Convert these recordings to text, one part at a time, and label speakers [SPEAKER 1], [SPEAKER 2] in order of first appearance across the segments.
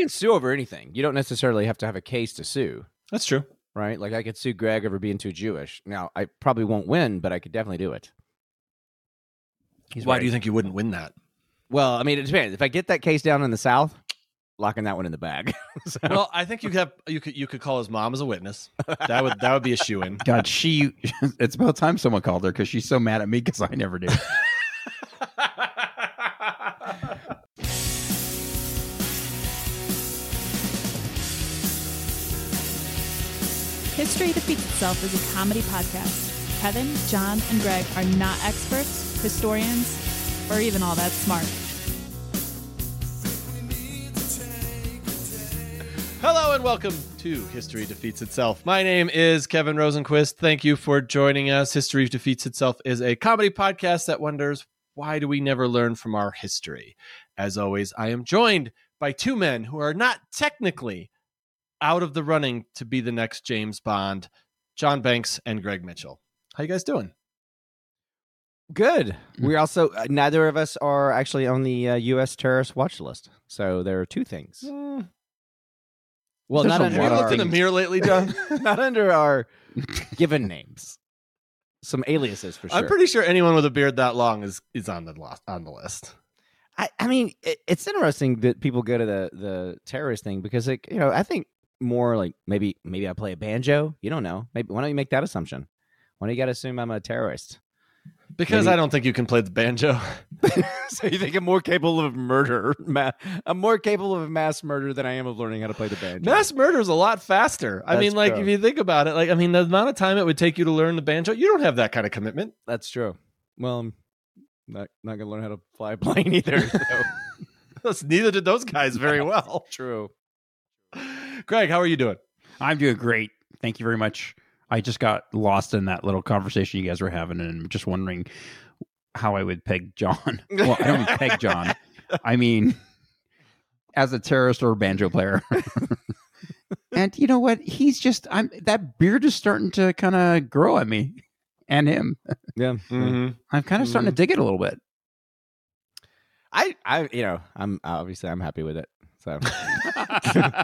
[SPEAKER 1] can sue over anything. You don't necessarily have to have a case to sue,
[SPEAKER 2] That's true.
[SPEAKER 1] right? Like I could sue Greg over being too Jewish. Now I probably won't win, but I could definitely do it. He's
[SPEAKER 2] Why
[SPEAKER 1] right.
[SPEAKER 2] do you think you wouldn't win that?
[SPEAKER 1] Well, I mean, it depends. If I get that case down in the South, locking that one in the bag. So-
[SPEAKER 2] Well, I think you could have, you could you could call his mom as a witness. That would that would be a shoe in.
[SPEAKER 3] God, she. It's about time someone called her because she's so mad at me because I never do.
[SPEAKER 4] History Defeats Itself is a comedy podcast. Kevin, John, and Greg are not experts, historians, or even all that smart.
[SPEAKER 2] Hello and welcome to History Defeats Itself. My name is Kevin Rosenquist. Thank you for joining us. History Defeats Itself is a comedy podcast that wonders why do we never learn from our history? As always, I am joined by two men who are not technically out of the running to be the next James Bond, John Banks and Greg Mitchell. How you guys doing?
[SPEAKER 1] Good.
[SPEAKER 2] Hmm.
[SPEAKER 1] We also uh, neither of us are actually on the uh, U.S. terrorist watch list. So there are two things.
[SPEAKER 2] Mm,
[SPEAKER 1] Well,
[SPEAKER 3] There's
[SPEAKER 1] not
[SPEAKER 3] a
[SPEAKER 1] under
[SPEAKER 2] Have you
[SPEAKER 3] What
[SPEAKER 2] looked
[SPEAKER 1] our,
[SPEAKER 2] in the mirror lately, John?
[SPEAKER 1] not under our given names. Some aliases for sure.
[SPEAKER 2] I'm pretty sure anyone with a beard that long is is on the lo- on the list.
[SPEAKER 1] I, I mean, it, it's interesting that people go to the the terrorist thing because, like, you know, I think more like maybe maybe I play a banjo. You don't know. Maybe why don't you make that assumption? Why do you got to assume I'm a terrorist?
[SPEAKER 2] Because
[SPEAKER 1] Maybe-
[SPEAKER 2] I don't think you can play the banjo.
[SPEAKER 1] so you think I'm more capable of murder? Ma- I'm more capable of mass murder than I am of learning how to play the banjo.
[SPEAKER 2] Mass murder is a lot faster. I
[SPEAKER 1] That's
[SPEAKER 2] mean, like
[SPEAKER 1] true.
[SPEAKER 2] if you think about it, like I mean, the amount of time it would take you to learn the banjo, you don't have that kind of commitment.
[SPEAKER 1] That's true. Well, I'm not not gonna learn how to fly a plane either. So.
[SPEAKER 2] That's- Neither did those guys very well.
[SPEAKER 1] true.
[SPEAKER 2] Greg, how are you doing?
[SPEAKER 3] I'm doing great. Thank you very much. I just got lost in that little conversation you guys were having and just wondering how I would peg John. Well, I don't mean peg John. I mean, as a terrorist or a banjo player. and you know what? He's just, I'm that beard is starting to kind of grow on me and him.
[SPEAKER 1] Yeah.
[SPEAKER 2] Mm-hmm. Mm.
[SPEAKER 1] Mm-hmm.
[SPEAKER 3] I'm kind of starting to dig it a little bit.
[SPEAKER 1] I I you know I'm obviously I'm happy with it. So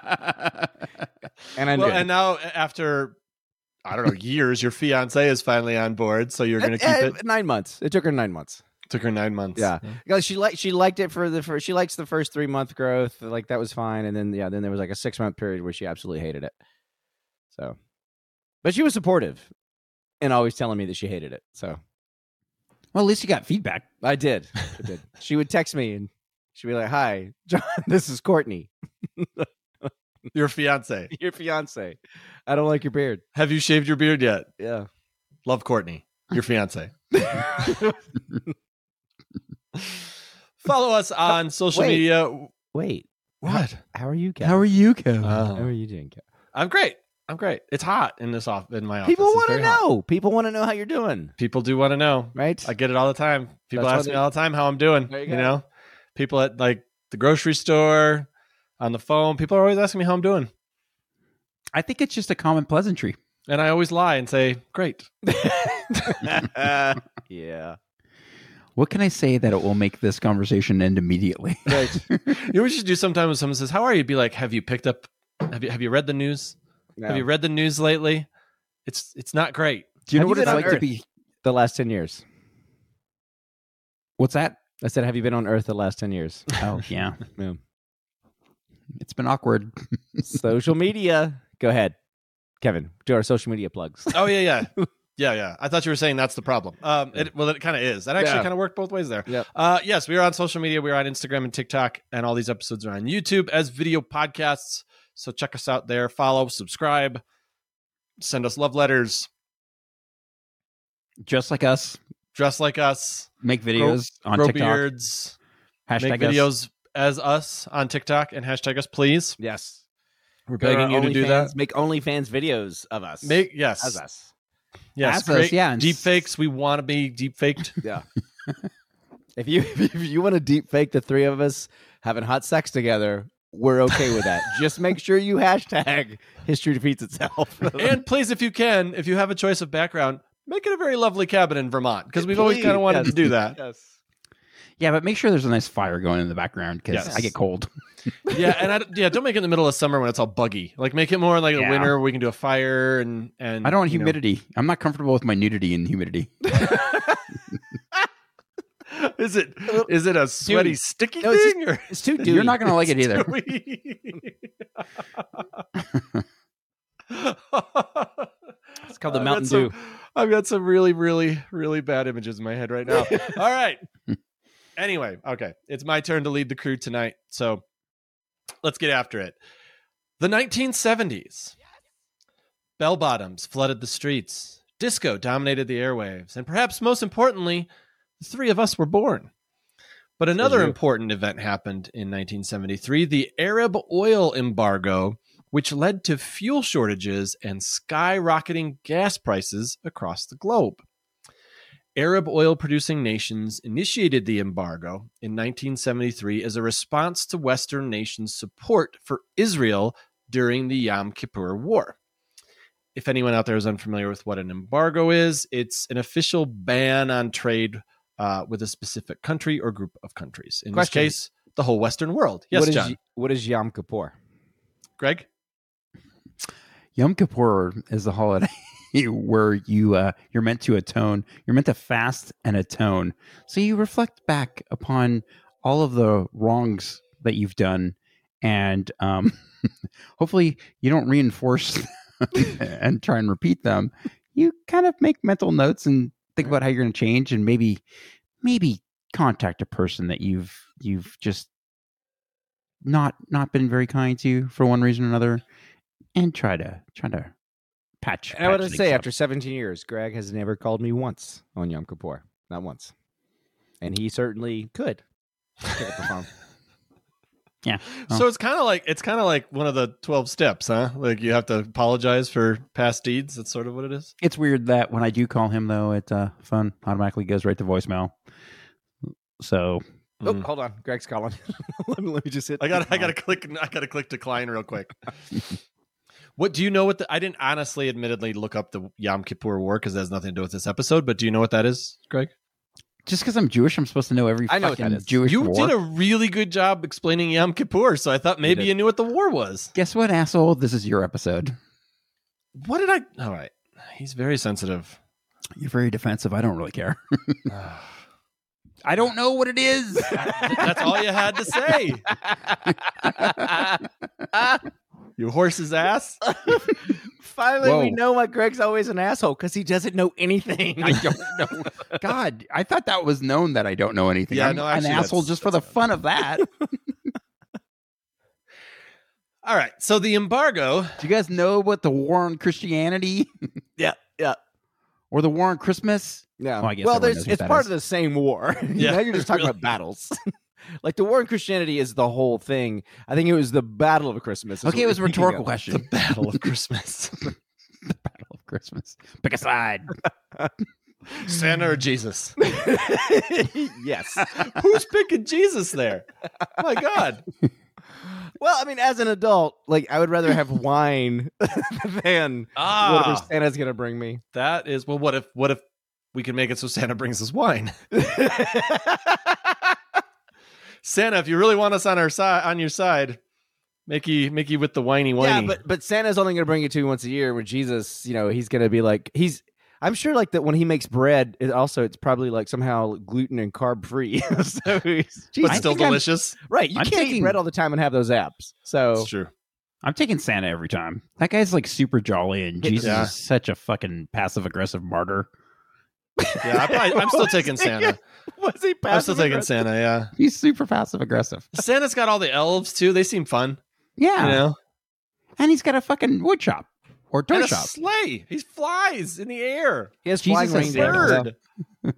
[SPEAKER 1] and I
[SPEAKER 2] Well,
[SPEAKER 1] good.
[SPEAKER 2] and now after I don't know years, your fiance is finally on board, so you're going to
[SPEAKER 1] Eh,
[SPEAKER 2] keep
[SPEAKER 1] eh,
[SPEAKER 2] it.
[SPEAKER 1] nine months. It took her nine months.
[SPEAKER 2] Took her nine months.
[SPEAKER 1] Yeah. Yeah, she liked she liked it for the first, she likes the first three month growth like that was fine and then yeah then there was like a six month period where she absolutely hated it so but she was supportive and always telling me that she hated it so
[SPEAKER 3] Well, at least you got feedback.
[SPEAKER 1] I did I did she would text me and she'd be like hi John this is Courtney
[SPEAKER 2] your fiance.
[SPEAKER 1] your fiance I don't like your beard
[SPEAKER 2] Have you shaved your beard yet?
[SPEAKER 1] yeah
[SPEAKER 2] Love Courtney, your fiance. Follow us on social
[SPEAKER 1] Wait.
[SPEAKER 2] media.
[SPEAKER 1] wait
[SPEAKER 2] What?
[SPEAKER 1] how are you Oh. Kat?
[SPEAKER 3] How are you, Kevin?
[SPEAKER 1] how are you doing Kat?
[SPEAKER 2] I'm great. I'm great. It's hot in Oh, this off in my office.
[SPEAKER 1] people
[SPEAKER 2] It's
[SPEAKER 1] want to
[SPEAKER 2] very hot.
[SPEAKER 1] know people want to know how you're doing
[SPEAKER 2] People do want to know.
[SPEAKER 1] right
[SPEAKER 2] I get it all the time.
[SPEAKER 1] That's
[SPEAKER 2] People
[SPEAKER 1] why
[SPEAKER 2] ask me
[SPEAKER 1] they-
[SPEAKER 2] all the time how I'm doing.
[SPEAKER 1] There you
[SPEAKER 2] You,
[SPEAKER 1] go.
[SPEAKER 2] know, people at like the grocery store, on the phone. People are always asking me how I'm doing,
[SPEAKER 3] I think it's just a common pleasantry.
[SPEAKER 2] and I always lie and say, "Great."
[SPEAKER 1] yeah
[SPEAKER 3] What can I say that it will make this conversation end immediately?
[SPEAKER 1] right
[SPEAKER 2] You know, what we should do sometime when someone says, "How are you?" Be like, "Have you picked up? Have you have you read the news?
[SPEAKER 1] No.
[SPEAKER 2] Have you read the news lately? It's it's not great."
[SPEAKER 3] Do you
[SPEAKER 1] Have
[SPEAKER 3] know
[SPEAKER 1] you
[SPEAKER 3] what
[SPEAKER 1] been
[SPEAKER 3] it's
[SPEAKER 1] on
[SPEAKER 3] like
[SPEAKER 1] Earth?
[SPEAKER 3] to be?
[SPEAKER 1] the last 10 years
[SPEAKER 3] What's that?
[SPEAKER 1] I said, "Have you been on Earth the last ten years?"
[SPEAKER 3] Oh yeah,
[SPEAKER 1] Yeah.
[SPEAKER 3] It's been awkward.
[SPEAKER 1] social media. Go ahead, Kevin. Do our social media plugs.
[SPEAKER 2] Oh yeah, yeah, yeah, yeah. I thought you were saying that's the problem. Um, it, well, it kind of is. That actually
[SPEAKER 1] Yeah.
[SPEAKER 2] kind of worked both ways there.
[SPEAKER 1] Yep.
[SPEAKER 2] Uh, yes, we are on social media. We are on Instagram and TikTok, and all these episodes are on YouTube as video podcasts. So check us out there. Follow, subscribe, send us love letters.
[SPEAKER 3] Just like us,
[SPEAKER 2] Dress like us.
[SPEAKER 3] make videos on
[SPEAKER 2] grow
[SPEAKER 3] TikTok.
[SPEAKER 2] beards.
[SPEAKER 3] Hashtag
[SPEAKER 2] make
[SPEAKER 3] us.
[SPEAKER 2] videos as us on TikTok and hashtag us, please.
[SPEAKER 1] yes,
[SPEAKER 2] We're begging you to do that.
[SPEAKER 1] Make OnlyFans videos of us.
[SPEAKER 2] Make yes,
[SPEAKER 1] as us.
[SPEAKER 2] yes,
[SPEAKER 3] As us,
[SPEAKER 2] create
[SPEAKER 3] yeah, and
[SPEAKER 2] deep
[SPEAKER 3] s-
[SPEAKER 2] fakes. We want to be deep faked.
[SPEAKER 1] Yeah. if you if you want to deep fake the three of us having hot sex together, we're okay with that. Just make sure you hashtag history defeats itself.
[SPEAKER 2] and please, if you can, if you have a choice of background, make it a very lovely cabin in Vermont because we've always
[SPEAKER 1] Please,
[SPEAKER 2] kind of wanted
[SPEAKER 1] yes.
[SPEAKER 2] to do that.
[SPEAKER 1] yes.
[SPEAKER 3] Yeah, but make sure there's a nice fire going in the background because
[SPEAKER 2] Yes.
[SPEAKER 3] I get cold.
[SPEAKER 2] yeah, and I, d- yeah, don't make it in the middle of summer when it's all buggy. Like make it more like a
[SPEAKER 3] Yeah.
[SPEAKER 2] winter where we can do a fire and and
[SPEAKER 3] I don't want
[SPEAKER 2] Mm, you know.
[SPEAKER 3] humidity. I'm not comfortable with my nudity and humidity.
[SPEAKER 2] Is it is it a sweaty
[SPEAKER 1] Dude.
[SPEAKER 2] sticky
[SPEAKER 1] No, it's just-
[SPEAKER 2] thing or
[SPEAKER 1] It's too dewy.
[SPEAKER 3] You're not going to like it either.
[SPEAKER 1] It's called the Mountain Dew.
[SPEAKER 2] I've got some really, really, really bad images in my head right now. All right. Anyway, okay. It's my turn to lead the crew tonight. So let's get after it. The 1970s. Bell bottoms flooded the streets. Disco dominated the airwaves. And perhaps most importantly, the three of us were born. But another
[SPEAKER 1] you.
[SPEAKER 2] important event happened in 1973 the Arab oil embargo, which led to fuel shortages and skyrocketing gas prices across the globe. Arab oil producing nations initiated the embargo in 1973 as a response to Western nations' support for Israel during the Yom Kippur War. If anyone out there is unfamiliar with what an embargo is, it's an official ban on trade uh, with a specific country or group of countries. In
[SPEAKER 1] Question.
[SPEAKER 2] this case, the whole Western world. Yes,
[SPEAKER 1] what is
[SPEAKER 2] John.
[SPEAKER 1] what is Yom Kippur?
[SPEAKER 2] Greg?
[SPEAKER 3] Yom Kippur is the holiday where you uh, you're meant to atone. You're meant to fast and atone. So you reflect back upon all of the wrongs that you've done, and um, hopefully you don't reinforce them and try and repeat them. You kind of make mental notes and think about how you're going to change, and maybe maybe contact a person that you've you've just not not been very kind to for one reason or another and try to try to patch.
[SPEAKER 1] And I
[SPEAKER 3] patch
[SPEAKER 1] would
[SPEAKER 3] things
[SPEAKER 1] say,
[SPEAKER 3] up.
[SPEAKER 1] after 17 years, Greg has never called me once on Yom Kippur. Not once. And he certainly could. Could perform.
[SPEAKER 3] Oh.
[SPEAKER 2] So it's kind of like it's kind of like one of the twelve steps, huh? Like you have to apologize for past deeds. That's sort of what it is.
[SPEAKER 3] it's weird that when I do call him though, it uh, phone automatically goes right to voicemail. So
[SPEAKER 1] Oh,
[SPEAKER 2] Mm.
[SPEAKER 1] hold on. Greg's calling. let, me, let me just hit.
[SPEAKER 2] I got I got to click I got to click decline real quick. what do you know? What the, I didn't honestly, admittedly, look up the Yom Kippur War because that has nothing to do with this episode. But do you know what that is, Greg?
[SPEAKER 3] just because I'm Jewish, I'm supposed to know every
[SPEAKER 1] I know what that
[SPEAKER 3] fucking
[SPEAKER 1] is.
[SPEAKER 3] Jewish
[SPEAKER 2] You
[SPEAKER 3] war.
[SPEAKER 2] did a really good job explaining Yom Kippur, so I thought maybe
[SPEAKER 1] did.
[SPEAKER 2] you knew what the war was.
[SPEAKER 3] Guess what, asshole? This is your episode.
[SPEAKER 2] What did I? All right, he's very sensitive.
[SPEAKER 3] You're very defensive. I don't really care. I don't know what it is.
[SPEAKER 2] That's all you had to say. Your horse's ass.
[SPEAKER 1] Finally, we
[SPEAKER 3] Whoa.
[SPEAKER 1] know why Greg's always an asshole because he doesn't know anything.
[SPEAKER 3] I don't know. God, I thought that was known that I don't know anything.
[SPEAKER 2] Yeah,
[SPEAKER 3] I'm
[SPEAKER 2] no,
[SPEAKER 3] an
[SPEAKER 2] actually,
[SPEAKER 3] asshole
[SPEAKER 2] that's-
[SPEAKER 3] just for the fun of that.
[SPEAKER 2] All right. So the embargo.
[SPEAKER 3] Do you guys know what the war on Christianity
[SPEAKER 1] yeah, yeah,
[SPEAKER 3] or the war on Christmas?
[SPEAKER 1] yeah.
[SPEAKER 3] Oh, I guess
[SPEAKER 1] well,
[SPEAKER 3] everyone
[SPEAKER 1] there's
[SPEAKER 3] knows what
[SPEAKER 1] it's
[SPEAKER 3] that
[SPEAKER 1] part
[SPEAKER 3] is.
[SPEAKER 1] of the same war.
[SPEAKER 2] Yeah,
[SPEAKER 1] now you're just talking about battles. like the war in Christianity is the whole thing. I think it was the Battle of Christmas. is
[SPEAKER 3] Okay,
[SPEAKER 1] what
[SPEAKER 3] it
[SPEAKER 1] we're
[SPEAKER 3] was a
[SPEAKER 1] thinking
[SPEAKER 3] rhetorical
[SPEAKER 1] of.
[SPEAKER 2] The
[SPEAKER 3] question.
[SPEAKER 2] Battle of Christmas.
[SPEAKER 3] the Battle of Christmas. Pick a side.
[SPEAKER 2] Santa or Jesus?
[SPEAKER 1] yes.
[SPEAKER 2] Who's picking Jesus there? My God.
[SPEAKER 1] Well, I mean, as an adult, like I would rather have wine than
[SPEAKER 2] Ah.
[SPEAKER 1] whatever Santa's gonna bring me.
[SPEAKER 2] that is well. What if? What if we can make it so Santa brings us wine? Santa, if you really want us on our side, on your side, Mickey, Mickey with the whiny
[SPEAKER 1] yeah,
[SPEAKER 2] whiny.
[SPEAKER 1] but but Santa's only gonna bring you two once a year. Where Jesus, you know, he's gonna be like he's. I'm sure, like that when he makes bread, it also it's probably like somehow gluten and carb free. so he's,
[SPEAKER 2] But
[SPEAKER 1] I
[SPEAKER 2] still
[SPEAKER 1] think I'm-
[SPEAKER 2] delicious.
[SPEAKER 1] right? You
[SPEAKER 3] I'm
[SPEAKER 1] can't eat
[SPEAKER 3] thinking-
[SPEAKER 1] bread all the time and have those apps. So
[SPEAKER 2] It's true.
[SPEAKER 3] I'm taking Santa every time. That guy's like super jolly, and Jesus
[SPEAKER 2] Yeah.
[SPEAKER 3] is such a fucking passive aggressive martyr.
[SPEAKER 2] Yeah, I probably, I'm still taking Santa.
[SPEAKER 1] was he?
[SPEAKER 2] I'm still
[SPEAKER 1] passive
[SPEAKER 2] taking
[SPEAKER 1] aggressive?
[SPEAKER 2] Santa. Yeah,
[SPEAKER 3] He's super passive aggressive.
[SPEAKER 2] Santa's got all the elves too. They seem fun.
[SPEAKER 3] Yeah,
[SPEAKER 2] You know.
[SPEAKER 3] and he's got a fucking wood shop or toy
[SPEAKER 2] And a
[SPEAKER 3] shop.
[SPEAKER 2] sleigh. He flies in the air.
[SPEAKER 1] He has
[SPEAKER 3] Jesus
[SPEAKER 1] flying
[SPEAKER 3] is
[SPEAKER 1] reindeer.
[SPEAKER 2] Bird.
[SPEAKER 1] so-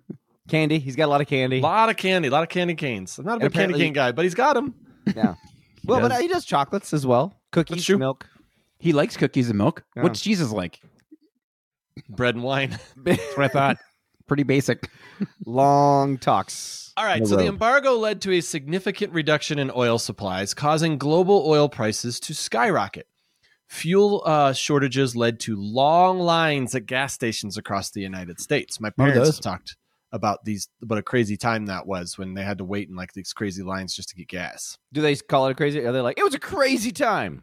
[SPEAKER 1] Candy. He's got a lot of candy.
[SPEAKER 2] A lot of candy, a lot of candy canes. I'm not a
[SPEAKER 1] And
[SPEAKER 2] big candy
[SPEAKER 1] apparently-
[SPEAKER 2] cane guy, but he's got them.
[SPEAKER 1] well,
[SPEAKER 3] does.
[SPEAKER 1] but he does chocolates as well. Cookies,
[SPEAKER 2] true.
[SPEAKER 1] milk.
[SPEAKER 3] he likes cookies and milk.
[SPEAKER 1] Yeah.
[SPEAKER 3] What's Jesus like?
[SPEAKER 2] Bread and wine.
[SPEAKER 3] That's what I thought. Pretty basic.
[SPEAKER 1] Long talks.
[SPEAKER 2] All right.
[SPEAKER 1] No
[SPEAKER 2] so the
[SPEAKER 1] road.
[SPEAKER 2] embargo led to a significant reduction in oil supplies, causing global oil prices to skyrocket. Fuel uh, shortages led to long lines at gas stations across the United States. My
[SPEAKER 3] Remember
[SPEAKER 2] parents
[SPEAKER 3] those?
[SPEAKER 2] talked about these what a crazy time that was when they had to wait in like these crazy lines just to get gas.
[SPEAKER 1] Do they call it a crazy? Are they like it was a crazy time?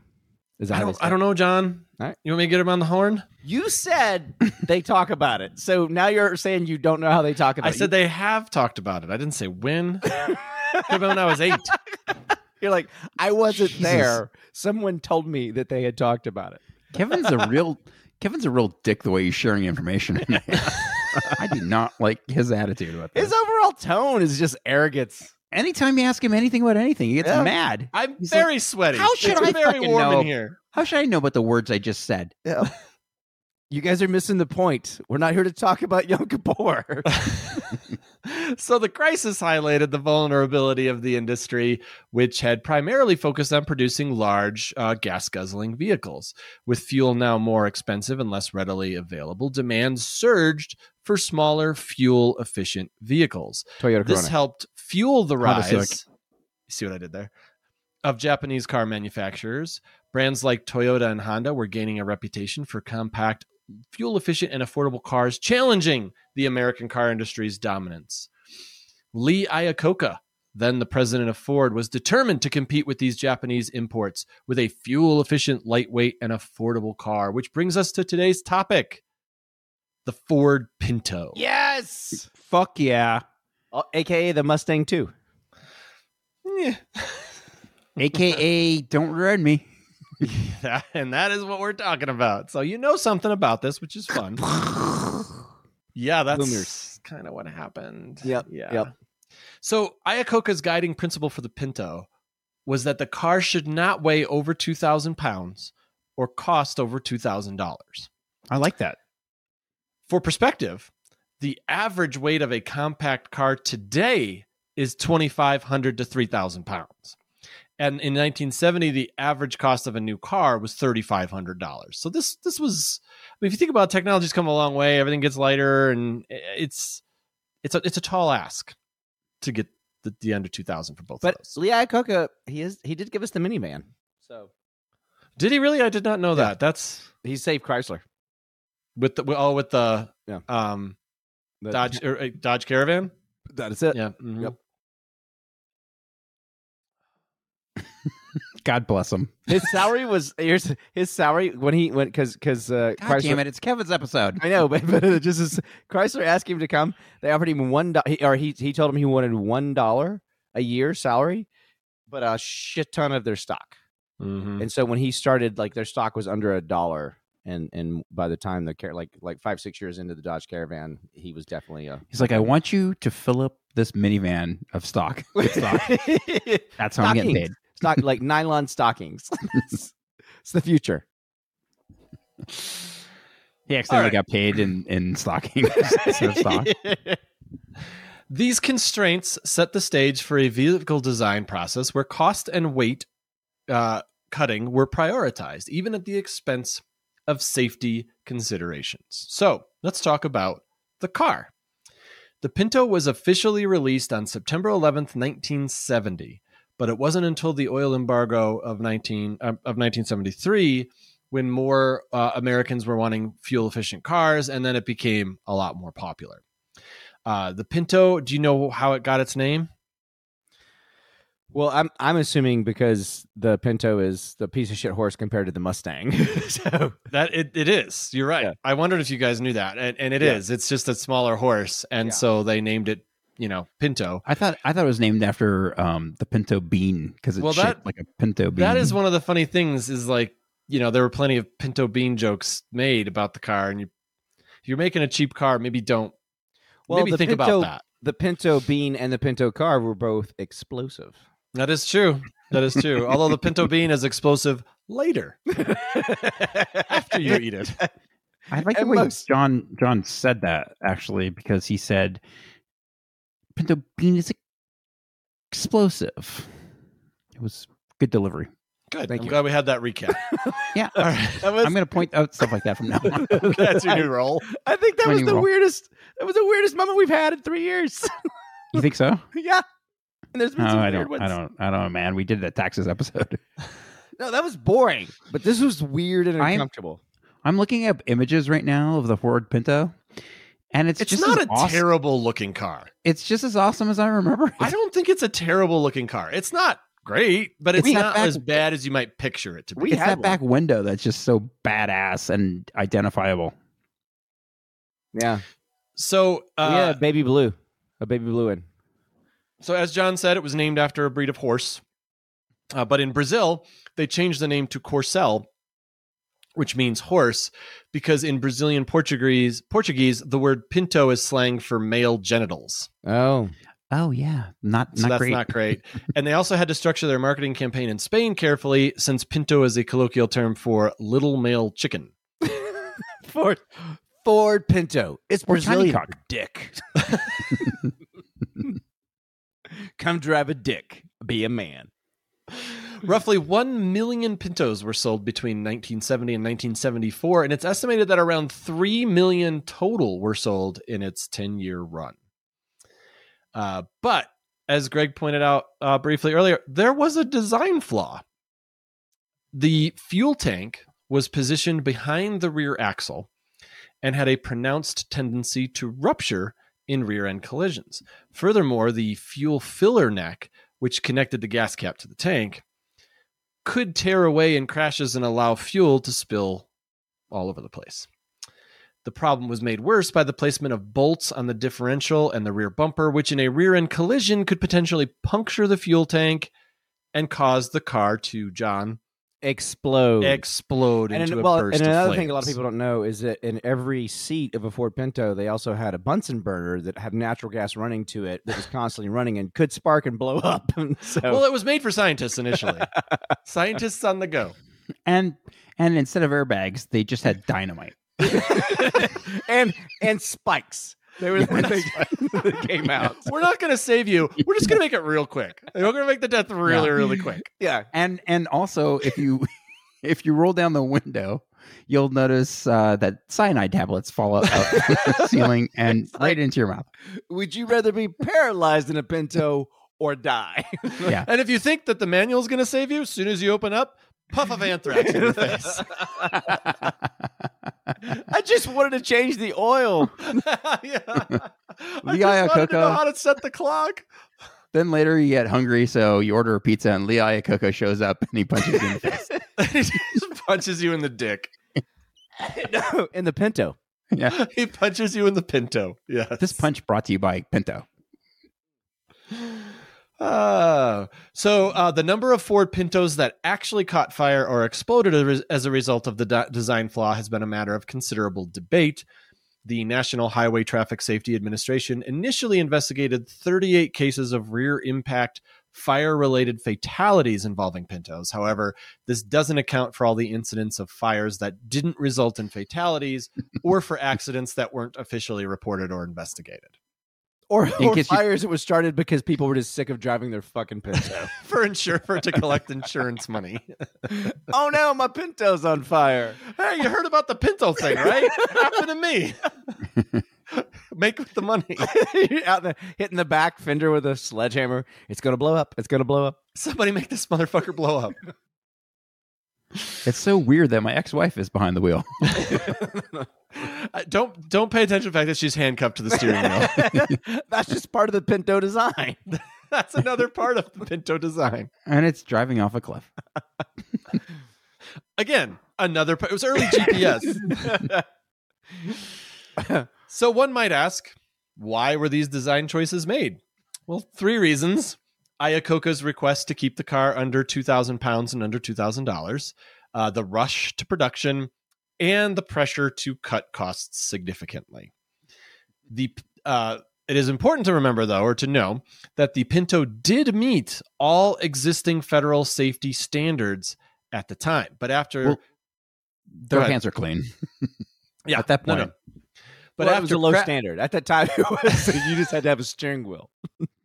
[SPEAKER 1] Is
[SPEAKER 2] I
[SPEAKER 1] how they
[SPEAKER 2] don't,
[SPEAKER 1] say
[SPEAKER 2] I
[SPEAKER 1] it?
[SPEAKER 2] don't know, John.
[SPEAKER 1] All right.
[SPEAKER 2] You want me to get him on the horn?
[SPEAKER 1] You said they talk about it, so now you're saying you don't know how they talk about
[SPEAKER 2] I
[SPEAKER 1] it.
[SPEAKER 2] said they have talked about it. I didn't say when. Could have been when I was eight.
[SPEAKER 1] You're like, I wasn't
[SPEAKER 3] Jesus.
[SPEAKER 1] there. Someone told me that they had talked about it.
[SPEAKER 3] Kevin's a real Kevin's a real dick the way he's sharing information. I do not like his attitude about this.
[SPEAKER 1] His overall tone is just arrogance.
[SPEAKER 3] Anytime you ask him anything about anything, he gets
[SPEAKER 1] Yeah.
[SPEAKER 3] mad.
[SPEAKER 2] I'm
[SPEAKER 3] He's
[SPEAKER 2] very sweaty.
[SPEAKER 3] "How should
[SPEAKER 2] it's
[SPEAKER 3] I
[SPEAKER 2] very
[SPEAKER 3] fucking
[SPEAKER 2] warm
[SPEAKER 3] know?"
[SPEAKER 2] in here?
[SPEAKER 3] How should I know about the words I just said?
[SPEAKER 1] You guys are missing the point. We're not here to talk about Yom Kippur.
[SPEAKER 2] so the crisis highlighted the vulnerability of the industry, which had primarily focused on producing large uh, gas guzzling vehicles. With fuel now more expensive and less readily available, demand surged for smaller, fuel efficient vehicles.
[SPEAKER 1] Toyota
[SPEAKER 2] This helped fuel the
[SPEAKER 3] Honda
[SPEAKER 2] rise.
[SPEAKER 3] Civic.
[SPEAKER 2] You see what I did there? Of Japanese car manufacturers. Brands like Toyota and Honda were gaining a reputation for compact, fuel efficient, and affordable cars, challenging the American car industry's dominance. Lee Iacocca, then the president of Ford, was determined to compete with these Japanese imports with a fuel efficient, lightweight, and affordable car, which brings us to today's topic the Ford Pinto.
[SPEAKER 1] Yes.
[SPEAKER 3] Fuck yeah.
[SPEAKER 1] Oh, AKA the Mustang 2.
[SPEAKER 2] Yeah.
[SPEAKER 3] AKA don't ruin me.
[SPEAKER 2] That- and that is what we're talking about. So you know something about this, which is fun. Yeah, that's
[SPEAKER 1] Boomers.
[SPEAKER 2] kind of what happened.
[SPEAKER 1] Yep,
[SPEAKER 2] Yeah.
[SPEAKER 1] yep.
[SPEAKER 2] So Iacocca's guiding principle for the Pinto was that the car should not weigh over two thousand pounds or cost over two thousand dollars.
[SPEAKER 3] I like that.
[SPEAKER 2] For perspective, the average weight of a compact car today is 2,500 to 3,000 pounds. And in 1970, the average cost of a new car was $3,500. So this this was, I mean, if you think about it, technology's come a long way, everything gets lighter, and it's it's a, it's a tall ask to get the, the under 2,000 for both
[SPEAKER 1] But
[SPEAKER 2] of those.
[SPEAKER 1] Lee Iacocca, he is he did give us the minivan. So
[SPEAKER 2] Did he really? I did not know that. That's
[SPEAKER 1] he saved Chrysler.
[SPEAKER 2] with the oh with the
[SPEAKER 1] Yeah.
[SPEAKER 2] um
[SPEAKER 1] That-
[SPEAKER 2] Dodge or, uh, Dodge Caravan.
[SPEAKER 1] That is it.
[SPEAKER 2] Yeah. mhm.
[SPEAKER 1] Yep.
[SPEAKER 3] God bless him.
[SPEAKER 1] His salary was here's his salary when he went because because uh,
[SPEAKER 3] God damn it, it's Kevin's episode.
[SPEAKER 1] I know, but, but it just as Chrysler asked him to come, they offered him one dollar, or he he told him he wanted one dollar a year salary, but a shit ton of their stock.
[SPEAKER 2] Mhm.
[SPEAKER 1] And so when he started, like their stock was under a dollar, and and by the time the car, like like five six years into the Dodge Caravan, he was definitely a
[SPEAKER 3] He's like, I want you to fill up this minivan of stock. Good stock. That's how I'm getting
[SPEAKER 1] Stockings.
[SPEAKER 3] paid.
[SPEAKER 1] stock like nylon stockings. it's, it's the future.
[SPEAKER 3] He accidentally got paid in, in stocking instead of stock.
[SPEAKER 2] These constraints set the stage for a vehicle design process where cost and weight uh, cutting were prioritized, even at the expense of safety considerations. So let's talk about the car. The Pinto was officially released on September 11th, 1970, but it wasn't until the oil embargo of 19 uh, of 1973 when more uh, Americans were wanting fuel efficient cars, and then it became a lot more popular. Uh, the Pinto, do you know how it got its name?
[SPEAKER 1] Well, I'm I'm assuming because the Pinto is the piece of shit horse compared to the Mustang. so
[SPEAKER 2] That it, it is. You're right.
[SPEAKER 1] Yeah.
[SPEAKER 2] I wondered if you guys knew that, and, and it is.
[SPEAKER 1] Yeah.
[SPEAKER 2] It's just a smaller horse, and
[SPEAKER 1] Yeah.
[SPEAKER 2] so they named it, you know, Pinto.
[SPEAKER 3] I thought I thought it was named after um, the pinto bean because it's
[SPEAKER 2] Well, that-
[SPEAKER 3] shaped like a pinto bean.
[SPEAKER 2] That is one of the funny things. Is like you know there were plenty of Pinto bean jokes made about the car, and you if you're making a cheap car, maybe don't
[SPEAKER 1] Well,
[SPEAKER 2] maybe
[SPEAKER 1] the
[SPEAKER 2] think
[SPEAKER 1] Pinto-
[SPEAKER 2] about that.
[SPEAKER 1] the Pinto Bean and the Pinto car were both explosive.
[SPEAKER 2] That is true. That is true. Although the Pinto bean is explosive later after you eat it.
[SPEAKER 3] I like the
[SPEAKER 1] And
[SPEAKER 3] way
[SPEAKER 1] most-
[SPEAKER 3] John John said that actually because he said pinto bean is explosive. It was good delivery.
[SPEAKER 2] Good.
[SPEAKER 1] Thank
[SPEAKER 2] I'm
[SPEAKER 1] you.
[SPEAKER 2] glad we had that recap.
[SPEAKER 3] Yeah.
[SPEAKER 2] All right.
[SPEAKER 1] That was,
[SPEAKER 3] I'm going to point out stuff like that from now on.
[SPEAKER 2] That's your new role.
[SPEAKER 1] I think that was
[SPEAKER 3] Winning
[SPEAKER 1] the
[SPEAKER 3] roll.
[SPEAKER 1] weirdest. That was the weirdest moment we've had in three years.
[SPEAKER 3] You think so?
[SPEAKER 1] yeah. And there's been
[SPEAKER 3] No,
[SPEAKER 1] some
[SPEAKER 3] I
[SPEAKER 1] weird
[SPEAKER 3] don't.
[SPEAKER 1] ones.
[SPEAKER 3] I don't. I don't. Man, we did the taxes episode.
[SPEAKER 1] No, that was boring. But this was weird and
[SPEAKER 3] I'm-
[SPEAKER 1] uncomfortable.
[SPEAKER 3] I'm looking up images right now of the Ford Pinto, and it's,
[SPEAKER 2] It's,
[SPEAKER 3] just
[SPEAKER 2] not
[SPEAKER 3] as
[SPEAKER 2] a
[SPEAKER 3] awesome.
[SPEAKER 2] terrible looking car.
[SPEAKER 3] It's just as awesome as I remember.
[SPEAKER 2] I
[SPEAKER 3] it.
[SPEAKER 2] don't think it's a terrible looking car. It's not great, but it's
[SPEAKER 3] We had
[SPEAKER 2] not
[SPEAKER 3] back-
[SPEAKER 2] as bad as you might picture it to be.
[SPEAKER 1] We
[SPEAKER 3] it's
[SPEAKER 1] had
[SPEAKER 3] that
[SPEAKER 1] one.
[SPEAKER 3] back window that's just so badass and identifiable.
[SPEAKER 1] Yeah.
[SPEAKER 2] So, uh,
[SPEAKER 1] yeah, baby blue. A baby blue one.
[SPEAKER 2] so as John said, it was named after a breed of horse. Uh, but in Brazil, they changed the name to Corcel, which means horse, because in Brazilian Portuguese, Portuguese, the word pinto is slang for male genitals.
[SPEAKER 1] Oh.
[SPEAKER 3] Oh yeah, not
[SPEAKER 2] So
[SPEAKER 3] not
[SPEAKER 2] that's
[SPEAKER 3] great.
[SPEAKER 2] not great. and they also had to structure their marketing campaign in Spain carefully, since pinto is a colloquial term for little male chicken.
[SPEAKER 1] Ford Ford Pinto. It's
[SPEAKER 3] or tiny
[SPEAKER 1] Brazilian.
[SPEAKER 3] cock dick.
[SPEAKER 1] Come drive a dick. Be a man.
[SPEAKER 2] Roughly 1 million Pintos were sold between 1970 and 1974, and it's estimated that around 3 million total were sold in its 10 year run. Uh, but as Greg pointed out uh, briefly earlier, there was a design flaw. The fuel tank was positioned behind the rear axle and had a pronounced tendency to rupture in rear end collisions. Furthermore, the fuel filler neck, which connected the gas cap to the tank, could tear away in crashes and allow fuel to spill all over the place. The problem was made worse by the placement of bolts on the differential and the rear bumper, which in a rear end collision could potentially puncture the fuel tank and cause the car to, John,
[SPEAKER 1] Explode.
[SPEAKER 2] explode
[SPEAKER 1] and,
[SPEAKER 2] into
[SPEAKER 1] an-
[SPEAKER 2] a
[SPEAKER 1] well,
[SPEAKER 2] burst
[SPEAKER 1] and
[SPEAKER 2] of
[SPEAKER 1] another thing a lot of
[SPEAKER 2] flames.
[SPEAKER 1] people don't know is that in every seat of a Ford Pinto, they also had a Bunsen burner that had natural gas running to it that was constantly running and could spark and blow up. And so,
[SPEAKER 2] Well, it was made for scientists initially. scientists on the go.
[SPEAKER 3] And and instead of airbags, they just had dynamite.
[SPEAKER 1] and and spikes. They were when they, they came out.
[SPEAKER 2] We're not going to save you. We're just going to make it real quick. We're going to make the death really,
[SPEAKER 3] Yeah.
[SPEAKER 2] really quick.
[SPEAKER 1] Yeah,
[SPEAKER 3] And and also if you if you roll down the window, you'll notice uh, that cyanide tablets fall up, up the ceiling and right into your mouth.
[SPEAKER 1] would you rather be paralyzed in a Pinto or die?
[SPEAKER 2] And if you think that the manual's going to save you, as soon as you open up, puff of anthrax in your face.
[SPEAKER 1] I just wanted to change the oil.
[SPEAKER 2] yeah. I
[SPEAKER 3] Lee
[SPEAKER 2] just wanted to know
[SPEAKER 3] Iacocca.
[SPEAKER 2] how to set the clock.
[SPEAKER 3] then later you get hungry, so you order a pizza and Lee Iacocca shows up and he punches you in the face.
[SPEAKER 2] he just punches you in the dick.
[SPEAKER 1] no, in the Pinto.
[SPEAKER 3] Yeah.
[SPEAKER 2] He punches you in the pinto. Yeah.
[SPEAKER 3] This punch brought to you by Pinto.
[SPEAKER 2] Oh, so uh, the number of Ford Pintos that actually caught fire or exploded as- as a result of the de- design flaw has been a matter of considerable debate. The National Highway Traffic Safety Administration initially investigated 38 cases of rear impact fire related fatalities involving Pintos. However, this doesn't account for all the incidents of fires that didn't result in fatalities or for accidents that weren't officially reported or investigated.
[SPEAKER 1] Or,
[SPEAKER 3] In
[SPEAKER 1] or
[SPEAKER 3] case you-
[SPEAKER 1] fires that was started because people were just sick of driving their fucking Pinto.
[SPEAKER 2] For insure for to collect insurance money.
[SPEAKER 1] oh no, my Pinto's on fire.
[SPEAKER 2] Hey, you heard about the Pinto thing, right? Happened to me. Make with the money.
[SPEAKER 1] Out the hitting the back fender with a sledgehammer. It's gonna blow up. It's gonna blow up.
[SPEAKER 2] Somebody make this motherfucker blow up.
[SPEAKER 3] It's so weird that my ex-wife is behind the wheel.
[SPEAKER 2] Uh, don't don't pay attention to the fact that she's handcuffed to the steering wheel.
[SPEAKER 1] That's just part of the Pinto design.
[SPEAKER 2] That's another part of the Pinto design.
[SPEAKER 3] And it's driving off a cliff.
[SPEAKER 2] Again, another part. It was early GPS. so one might ask, why were these design choices made? Well, three reasons. Iacocca's request to keep the car under 2,000 pounds and under $2,000, uh, the rush to production, and the pressure to cut costs significantly. The uh, It is important to remember, though, or to know, that the Pinto did meet all existing federal safety standards at the time. But after.
[SPEAKER 3] Well, Their
[SPEAKER 2] ahead.
[SPEAKER 3] hands are clean.
[SPEAKER 2] yeah,
[SPEAKER 3] at that
[SPEAKER 2] no, no.
[SPEAKER 3] point.
[SPEAKER 2] But
[SPEAKER 1] But that
[SPEAKER 2] after
[SPEAKER 1] was a low
[SPEAKER 2] cra-
[SPEAKER 1] standard at that time. It was you just had to have a steering wheel.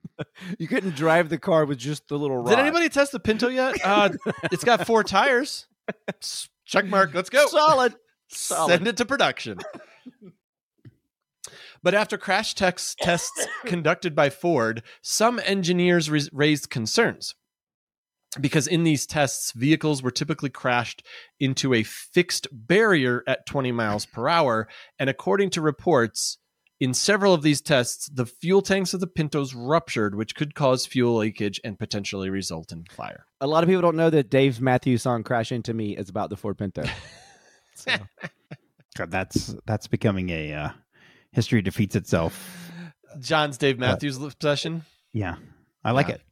[SPEAKER 1] you couldn't drive the car with just the little rod.
[SPEAKER 2] Did anybody test the Pinto yet? Uh, it's got four tires. S- Check mark. Let's go.
[SPEAKER 1] solid?
[SPEAKER 2] Send it to production. But after crash tex- tests conducted by Ford, some engineers rais- raised concerns because in these tests, vehicles were typically crashed into a fixed barrier at 20 miles per hour. And according to reports, In several of these tests, the fuel tanks of the Pintos ruptured, which could cause fuel leakage and potentially result in fire.
[SPEAKER 1] A lot of people don't know that Dave Matthews' song "Crash Into Me" is about the Ford Pinto.
[SPEAKER 2] So,
[SPEAKER 3] God, that's that's becoming a uh, history defeats itself.
[SPEAKER 2] John's Dave Matthews obsession.
[SPEAKER 3] Yeah, I like
[SPEAKER 2] Yeah.
[SPEAKER 3] it.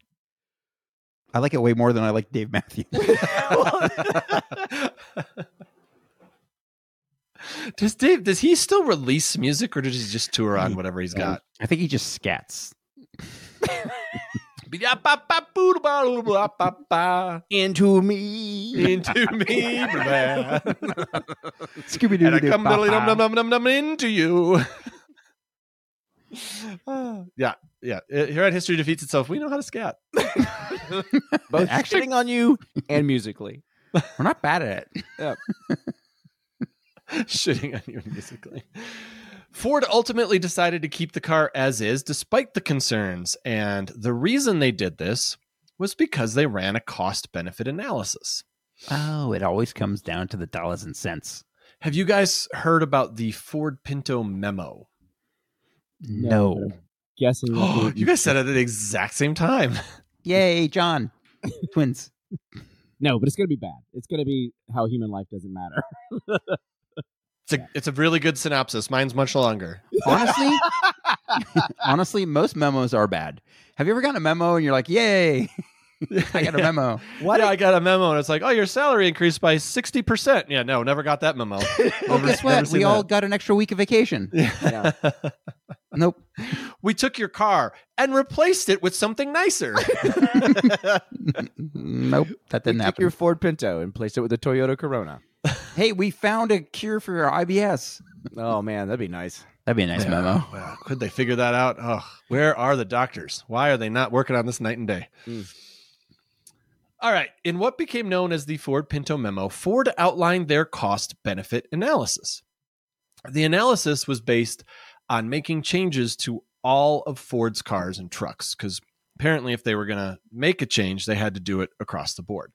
[SPEAKER 3] I like it way more than I like Dave Matthews.
[SPEAKER 2] does Dave does he still release music or does he just tour on whatever he's got?
[SPEAKER 3] I think he just scats.
[SPEAKER 1] Into me.
[SPEAKER 2] into me,
[SPEAKER 3] Scooby
[SPEAKER 2] and I come
[SPEAKER 3] Doo.
[SPEAKER 2] num, num, num, num, into you. Ah, yeah, yeah. Uh, Here at History Defeats Itself, we know how to scat.
[SPEAKER 1] Both
[SPEAKER 3] Actually-
[SPEAKER 1] shitting on you and musically.
[SPEAKER 3] We're not bad at it.
[SPEAKER 2] shitting on you basically. Ford ultimately decided to keep the car as is despite the concerns, and the reason they did this was because they ran a cost benefit analysis.
[SPEAKER 3] Oh, it always comes down to the dollars and cents.
[SPEAKER 2] Have you guys heard about the Ford Pinto memo?
[SPEAKER 1] No.
[SPEAKER 3] No.
[SPEAKER 1] Guessing.
[SPEAKER 2] you guys said it at the exact same time.
[SPEAKER 3] Yay, John. Twins.
[SPEAKER 1] No, but it's gonna be bad. It's gonna be how human life doesn't matter.
[SPEAKER 2] It's a, it's a really good synopsis. Mine's much longer.
[SPEAKER 3] Honestly, honestly, most memos are bad. Have you ever gotten a memo and you're like, yay, I got a memo?
[SPEAKER 2] What? Yeah, I got a memo, and it's like, oh, your salary increased by sixty percent. Yeah, no, never got that memo.
[SPEAKER 3] Oh,
[SPEAKER 2] Never-
[SPEAKER 3] guess
[SPEAKER 2] never
[SPEAKER 3] what?
[SPEAKER 2] seen
[SPEAKER 3] We all
[SPEAKER 2] that.
[SPEAKER 3] got an extra week of vacation.
[SPEAKER 1] Yeah.
[SPEAKER 3] Nope.
[SPEAKER 2] we took your car and replaced it with something nicer.
[SPEAKER 3] nope. That didn't
[SPEAKER 1] Took
[SPEAKER 3] happen.
[SPEAKER 1] your Ford Pinto and placed it with a Toyota Corona.
[SPEAKER 3] Hey, we found a cure for your IBS.
[SPEAKER 1] Oh man, that'd be nice.
[SPEAKER 3] That'd be a nice
[SPEAKER 2] Yeah.
[SPEAKER 3] memo.
[SPEAKER 2] Wow. Could they figure that out? Oh, where are the doctors? Why are they not working on this night and day?
[SPEAKER 1] Mm.
[SPEAKER 2] All right. In what became known as the Ford Pinto memo, Ford outlined their cost benefit analysis. The analysis was based on making changes to all of Ford's cars and trucks because apparently, if they were going to make a change, they had to do it across the board.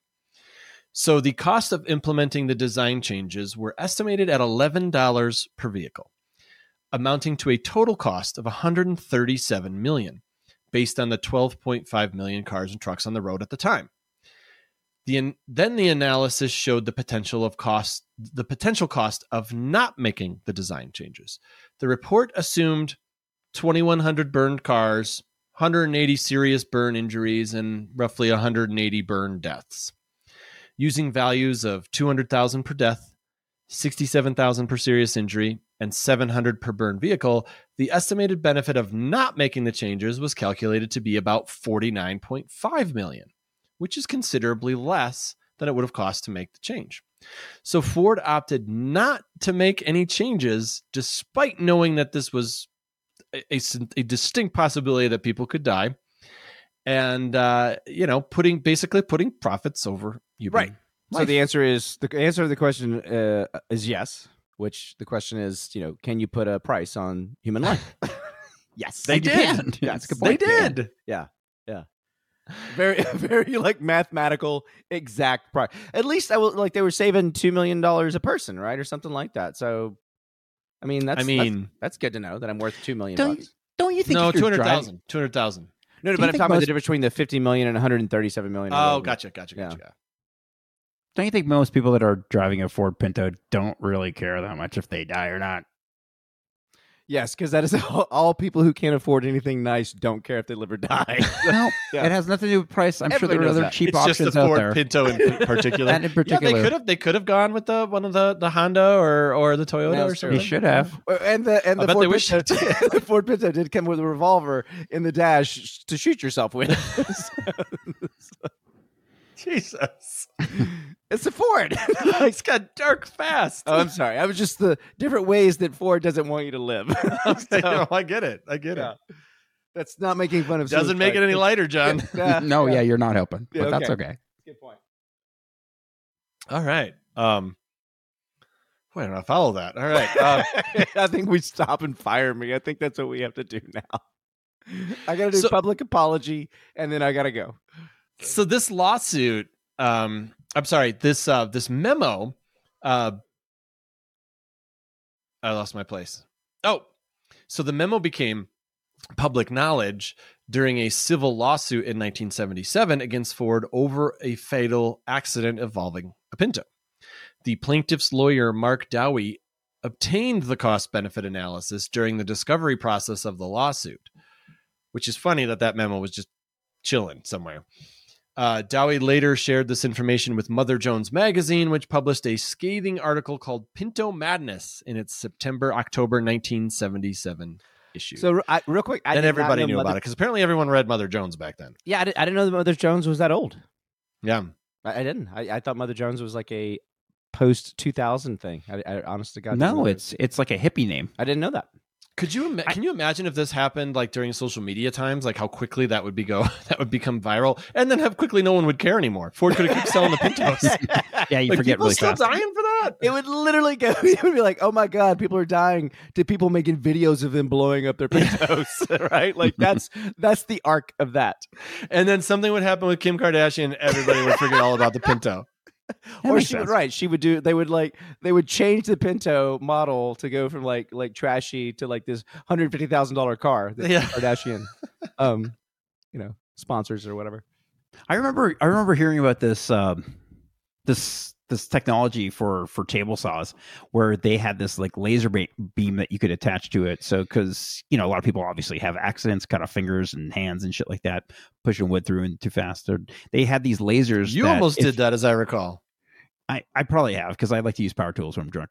[SPEAKER 2] So, the cost of implementing the design changes were estimated at $11 per vehicle amounting to a total cost of 137 million based on the 12.5 million cars and trucks on the road at the time the an- then the analysis showed the potential of cost the potential cost of not making the design changes the report assumed 2100 burned cars 180 serious burn injuries and roughly 180 burn deaths using values of 200,000 per death 67,000 per serious injury and 700 per burned vehicle, the estimated benefit of not making the changes was calculated to be about 49.5 million, which is considerably less than it would have cost to make the change. So Ford opted not to make any changes despite knowing that this was a, a s- a distinct possibility that people could die and uh, you know putting basically putting profits over you
[SPEAKER 1] Right. So the answer is the answer to the question uh, is yes. Which the question is, you know, can you put a price on human life? yes,
[SPEAKER 2] They did.
[SPEAKER 3] That's a good
[SPEAKER 2] they
[SPEAKER 3] point. Yeah.
[SPEAKER 2] did
[SPEAKER 1] very very like mathematical exact price. At least I will like they were saving two million dollars a person, right, or something like that. So, I mean, that's
[SPEAKER 2] i
[SPEAKER 1] that's-
[SPEAKER 2] mean
[SPEAKER 1] that's, good to know that I'm worth two million.
[SPEAKER 3] Don't-
[SPEAKER 1] bucks.
[SPEAKER 3] Don't you think
[SPEAKER 2] no,
[SPEAKER 3] if you're
[SPEAKER 2] two hundred
[SPEAKER 3] driving-
[SPEAKER 2] thousand. Two hundred thousand.
[SPEAKER 1] No, no,
[SPEAKER 3] Do
[SPEAKER 1] but
[SPEAKER 3] you
[SPEAKER 1] I'm
[SPEAKER 3] think
[SPEAKER 1] talking about the
[SPEAKER 3] most-
[SPEAKER 1] difference between the 50 million and 137 million. or
[SPEAKER 2] Oh,
[SPEAKER 1] whatever.
[SPEAKER 2] gotcha, gotcha,
[SPEAKER 1] Yeah.
[SPEAKER 2] gotcha.
[SPEAKER 3] Don't you think most people that are driving a Ford Pinto don't really care that much if they die or not?
[SPEAKER 1] Yes, because that is all, all people who can't afford anything nice don't care if they live or die.
[SPEAKER 3] No,
[SPEAKER 1] Yeah.
[SPEAKER 3] it has nothing to do with price. I'm
[SPEAKER 1] Everybody
[SPEAKER 3] sure there are
[SPEAKER 1] knows
[SPEAKER 3] other
[SPEAKER 1] that.
[SPEAKER 3] cheap
[SPEAKER 2] It's just the
[SPEAKER 3] options out
[SPEAKER 2] Ford
[SPEAKER 3] there.
[SPEAKER 2] Pinto in p- particular.
[SPEAKER 3] That in
[SPEAKER 2] yeah,
[SPEAKER 3] particular,
[SPEAKER 2] they could have. They could have gone with the one of the the Honda or or the Toyota
[SPEAKER 1] That's
[SPEAKER 2] or
[SPEAKER 1] true.
[SPEAKER 2] something.
[SPEAKER 3] They should
[SPEAKER 2] "Oh,
[SPEAKER 3] have.
[SPEAKER 1] and the and
[SPEAKER 2] I
[SPEAKER 1] the
[SPEAKER 2] bet
[SPEAKER 1] Ford,
[SPEAKER 2] they wish
[SPEAKER 1] Pinto, the Ford Pinto did come with a revolver in the dash to shoot yourself with.
[SPEAKER 2] Jesus,
[SPEAKER 1] it's a Ford.
[SPEAKER 2] it's got dark fast.
[SPEAKER 1] oh, I'm sorry. I was just the different ways that Ford doesn't want you to live.
[SPEAKER 2] You
[SPEAKER 1] So,
[SPEAKER 2] know, oh, I get it. I get
[SPEAKER 1] Yeah.
[SPEAKER 2] it.
[SPEAKER 1] that's not making fun of.
[SPEAKER 2] Doesn't make it any lighter, John.
[SPEAKER 3] no, yeah, you're not helping,
[SPEAKER 1] Yeah,
[SPEAKER 3] but that's
[SPEAKER 1] okay.
[SPEAKER 3] okay.
[SPEAKER 1] Good point.
[SPEAKER 2] All right. Um. Wait, I don't follow that. All right. Um,
[SPEAKER 1] I think we stop and fire me. I think that's what we have to do now. I got to do
[SPEAKER 2] So-
[SPEAKER 1] public apology, and then I got to go.
[SPEAKER 2] so this lawsuit um i'm sorry this uh this memo uh i lost my place oh So the memo became public knowledge during a civil lawsuit in 1977 against Ford over a fatal accident involving a Pinto. The plaintiff's lawyer, Mark Dowey, obtained the cost benefit analysis during the discovery process of the lawsuit, which is funny that that memo was just chilling somewhere. Uh, Dowie later shared this information with Mother Jones magazine, which published a scathing article called Pinto Madness in its September October 1977 issue.
[SPEAKER 1] So I, real quick, I
[SPEAKER 2] then
[SPEAKER 1] did not
[SPEAKER 2] everybody
[SPEAKER 1] know
[SPEAKER 2] knew
[SPEAKER 1] Mother-
[SPEAKER 2] about it because apparently everyone read Mother Jones back then.
[SPEAKER 1] Yeah, I, did, not know that Mother Jones was that old.
[SPEAKER 2] Yeah.
[SPEAKER 1] I, I didn't. I, I thought Mother Jones was like a post 2000 thing. I, I honestly got
[SPEAKER 3] no, it's it's like a hippie name.
[SPEAKER 1] I didn't know that.
[SPEAKER 2] Could you ima-
[SPEAKER 3] I-
[SPEAKER 2] can you imagine if this happened like during social media times, like how quickly that would be go that would become viral, and then how quickly no one would care anymore? Ford could have kept selling the Pintos.
[SPEAKER 3] Yeah, you
[SPEAKER 2] like,
[SPEAKER 3] forget
[SPEAKER 2] people
[SPEAKER 3] really
[SPEAKER 2] still
[SPEAKER 3] fast.
[SPEAKER 2] dying for that.
[SPEAKER 1] It would literally go. It would be like, oh my god, people are dying to people making videos of them blowing up their pintos, right? Like that's that's the arc of that.
[SPEAKER 2] And then something would happen with Kim Kardashian, and everybody would forget all about the Pinto.
[SPEAKER 3] That
[SPEAKER 1] or
[SPEAKER 3] makes
[SPEAKER 1] she would
[SPEAKER 3] sense.
[SPEAKER 1] right. She would do. They would like they would change the Pinto model to go from like like trashy to like this hundred fifty thousand dollar car. That
[SPEAKER 2] Yeah.
[SPEAKER 1] Kardashian, um, you know, sponsors or whatever.
[SPEAKER 3] I remember I remember hearing about this um, this this technology for for table saws where they had this like laser be- beam that you could attach to it so cuz you know a lot of people obviously have accidents cut off fingers and hands and shit like that pushing wood through and too fast or they had these lasers
[SPEAKER 2] You
[SPEAKER 3] that
[SPEAKER 2] almost
[SPEAKER 3] if-
[SPEAKER 2] did that, as I recall.
[SPEAKER 3] I, I probably have because I like to use power tools when I'm drunk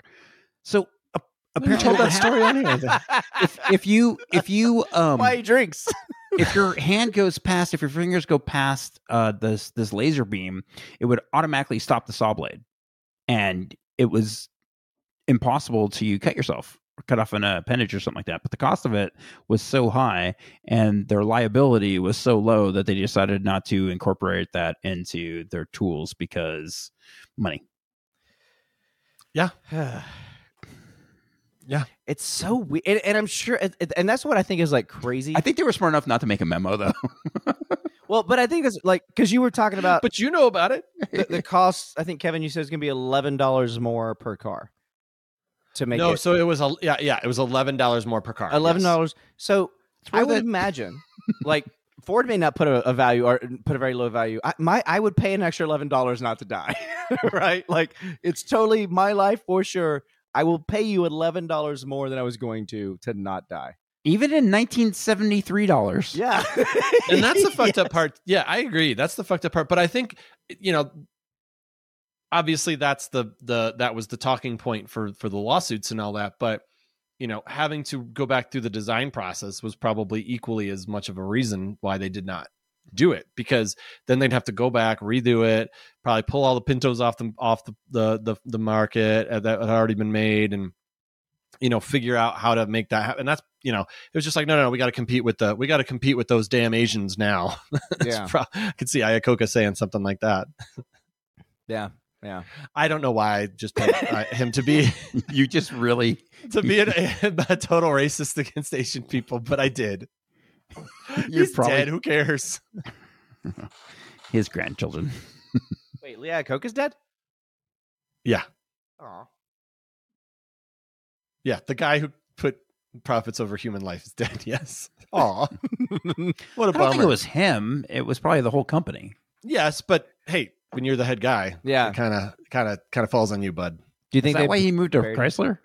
[SPEAKER 3] so a-
[SPEAKER 2] You
[SPEAKER 3] apparently
[SPEAKER 2] told
[SPEAKER 3] what
[SPEAKER 2] that story
[SPEAKER 3] hap-
[SPEAKER 2] anyway.
[SPEAKER 3] if, if you if you um
[SPEAKER 1] Why he drinks?
[SPEAKER 3] if your hand goes past, if your fingers go past uh, this this laser beam, it would automatically stop the saw blade, and it was impossible to cut yourself, or cut off an appendage or something like that. But the cost of it was so high, and their liability was so low that they decided not to incorporate that into their tools because money.
[SPEAKER 1] it's so weird, and, and I'm sure, and, and that's what I think is like crazy.
[SPEAKER 3] I think they were smart enough not to make a memo though.
[SPEAKER 1] well, but I think that's like because you were talking about
[SPEAKER 2] But you know about it.
[SPEAKER 1] the, the cost. I think Kevin, you said it's going to be eleven dollars more per car to make
[SPEAKER 2] no,
[SPEAKER 1] it
[SPEAKER 2] so it was a yeah, yeah, it was eleven dollars more per car.
[SPEAKER 1] eleven
[SPEAKER 2] yes.
[SPEAKER 1] dollars. So I
[SPEAKER 3] worth
[SPEAKER 1] would
[SPEAKER 3] it.
[SPEAKER 1] imagine, like Ford may not put a, a value or put a very low value. I, my I would pay an extra eleven dollars not to die, right? Like it's totally my life for sure. I will pay you eleven dollars more than I was going to to not die.
[SPEAKER 3] Even in 1973 dollars.
[SPEAKER 1] Yeah,
[SPEAKER 2] And that's the fucked up part. Yeah, I agree. That's the fucked up part. But I think you know, obviously that's the the that was the talking point for for the lawsuits and all that. But you know, having to go back through the design process was probably equally as much of a reason why they did not do it because then they'd have to go back redo it probably pull all the pintos off the off the the the, the market uh, that had already been made and you know figure out how to make that happen and that's you know it was just like no no, no we got to compete with the we got to compete with those damn asians now
[SPEAKER 1] yeah,
[SPEAKER 2] Pro- i could see ayakoka saying something like that
[SPEAKER 1] yeah, yeah.
[SPEAKER 2] i don't know why i just picked uh, him to be
[SPEAKER 3] You just really
[SPEAKER 2] to be an, a total racist against asian people but i did
[SPEAKER 3] You're
[SPEAKER 2] He's
[SPEAKER 3] probably-
[SPEAKER 2] dead who cares
[SPEAKER 3] his grandchildren.
[SPEAKER 1] Wait, Leah Coke is dead.
[SPEAKER 2] Yeah.
[SPEAKER 1] Aw.
[SPEAKER 2] yeah the guy who put profits over human life is dead yes Aw. what a
[SPEAKER 3] I don't think
[SPEAKER 2] bummer
[SPEAKER 3] it was him. It was probably the whole company.
[SPEAKER 2] yes but hey when you're the head guy
[SPEAKER 1] yeah.
[SPEAKER 2] it kind of kind of kind of falls on you bud
[SPEAKER 1] Do you
[SPEAKER 3] Is
[SPEAKER 1] think
[SPEAKER 3] that
[SPEAKER 1] they,
[SPEAKER 3] why he moved to
[SPEAKER 1] buried-
[SPEAKER 3] Chrysler?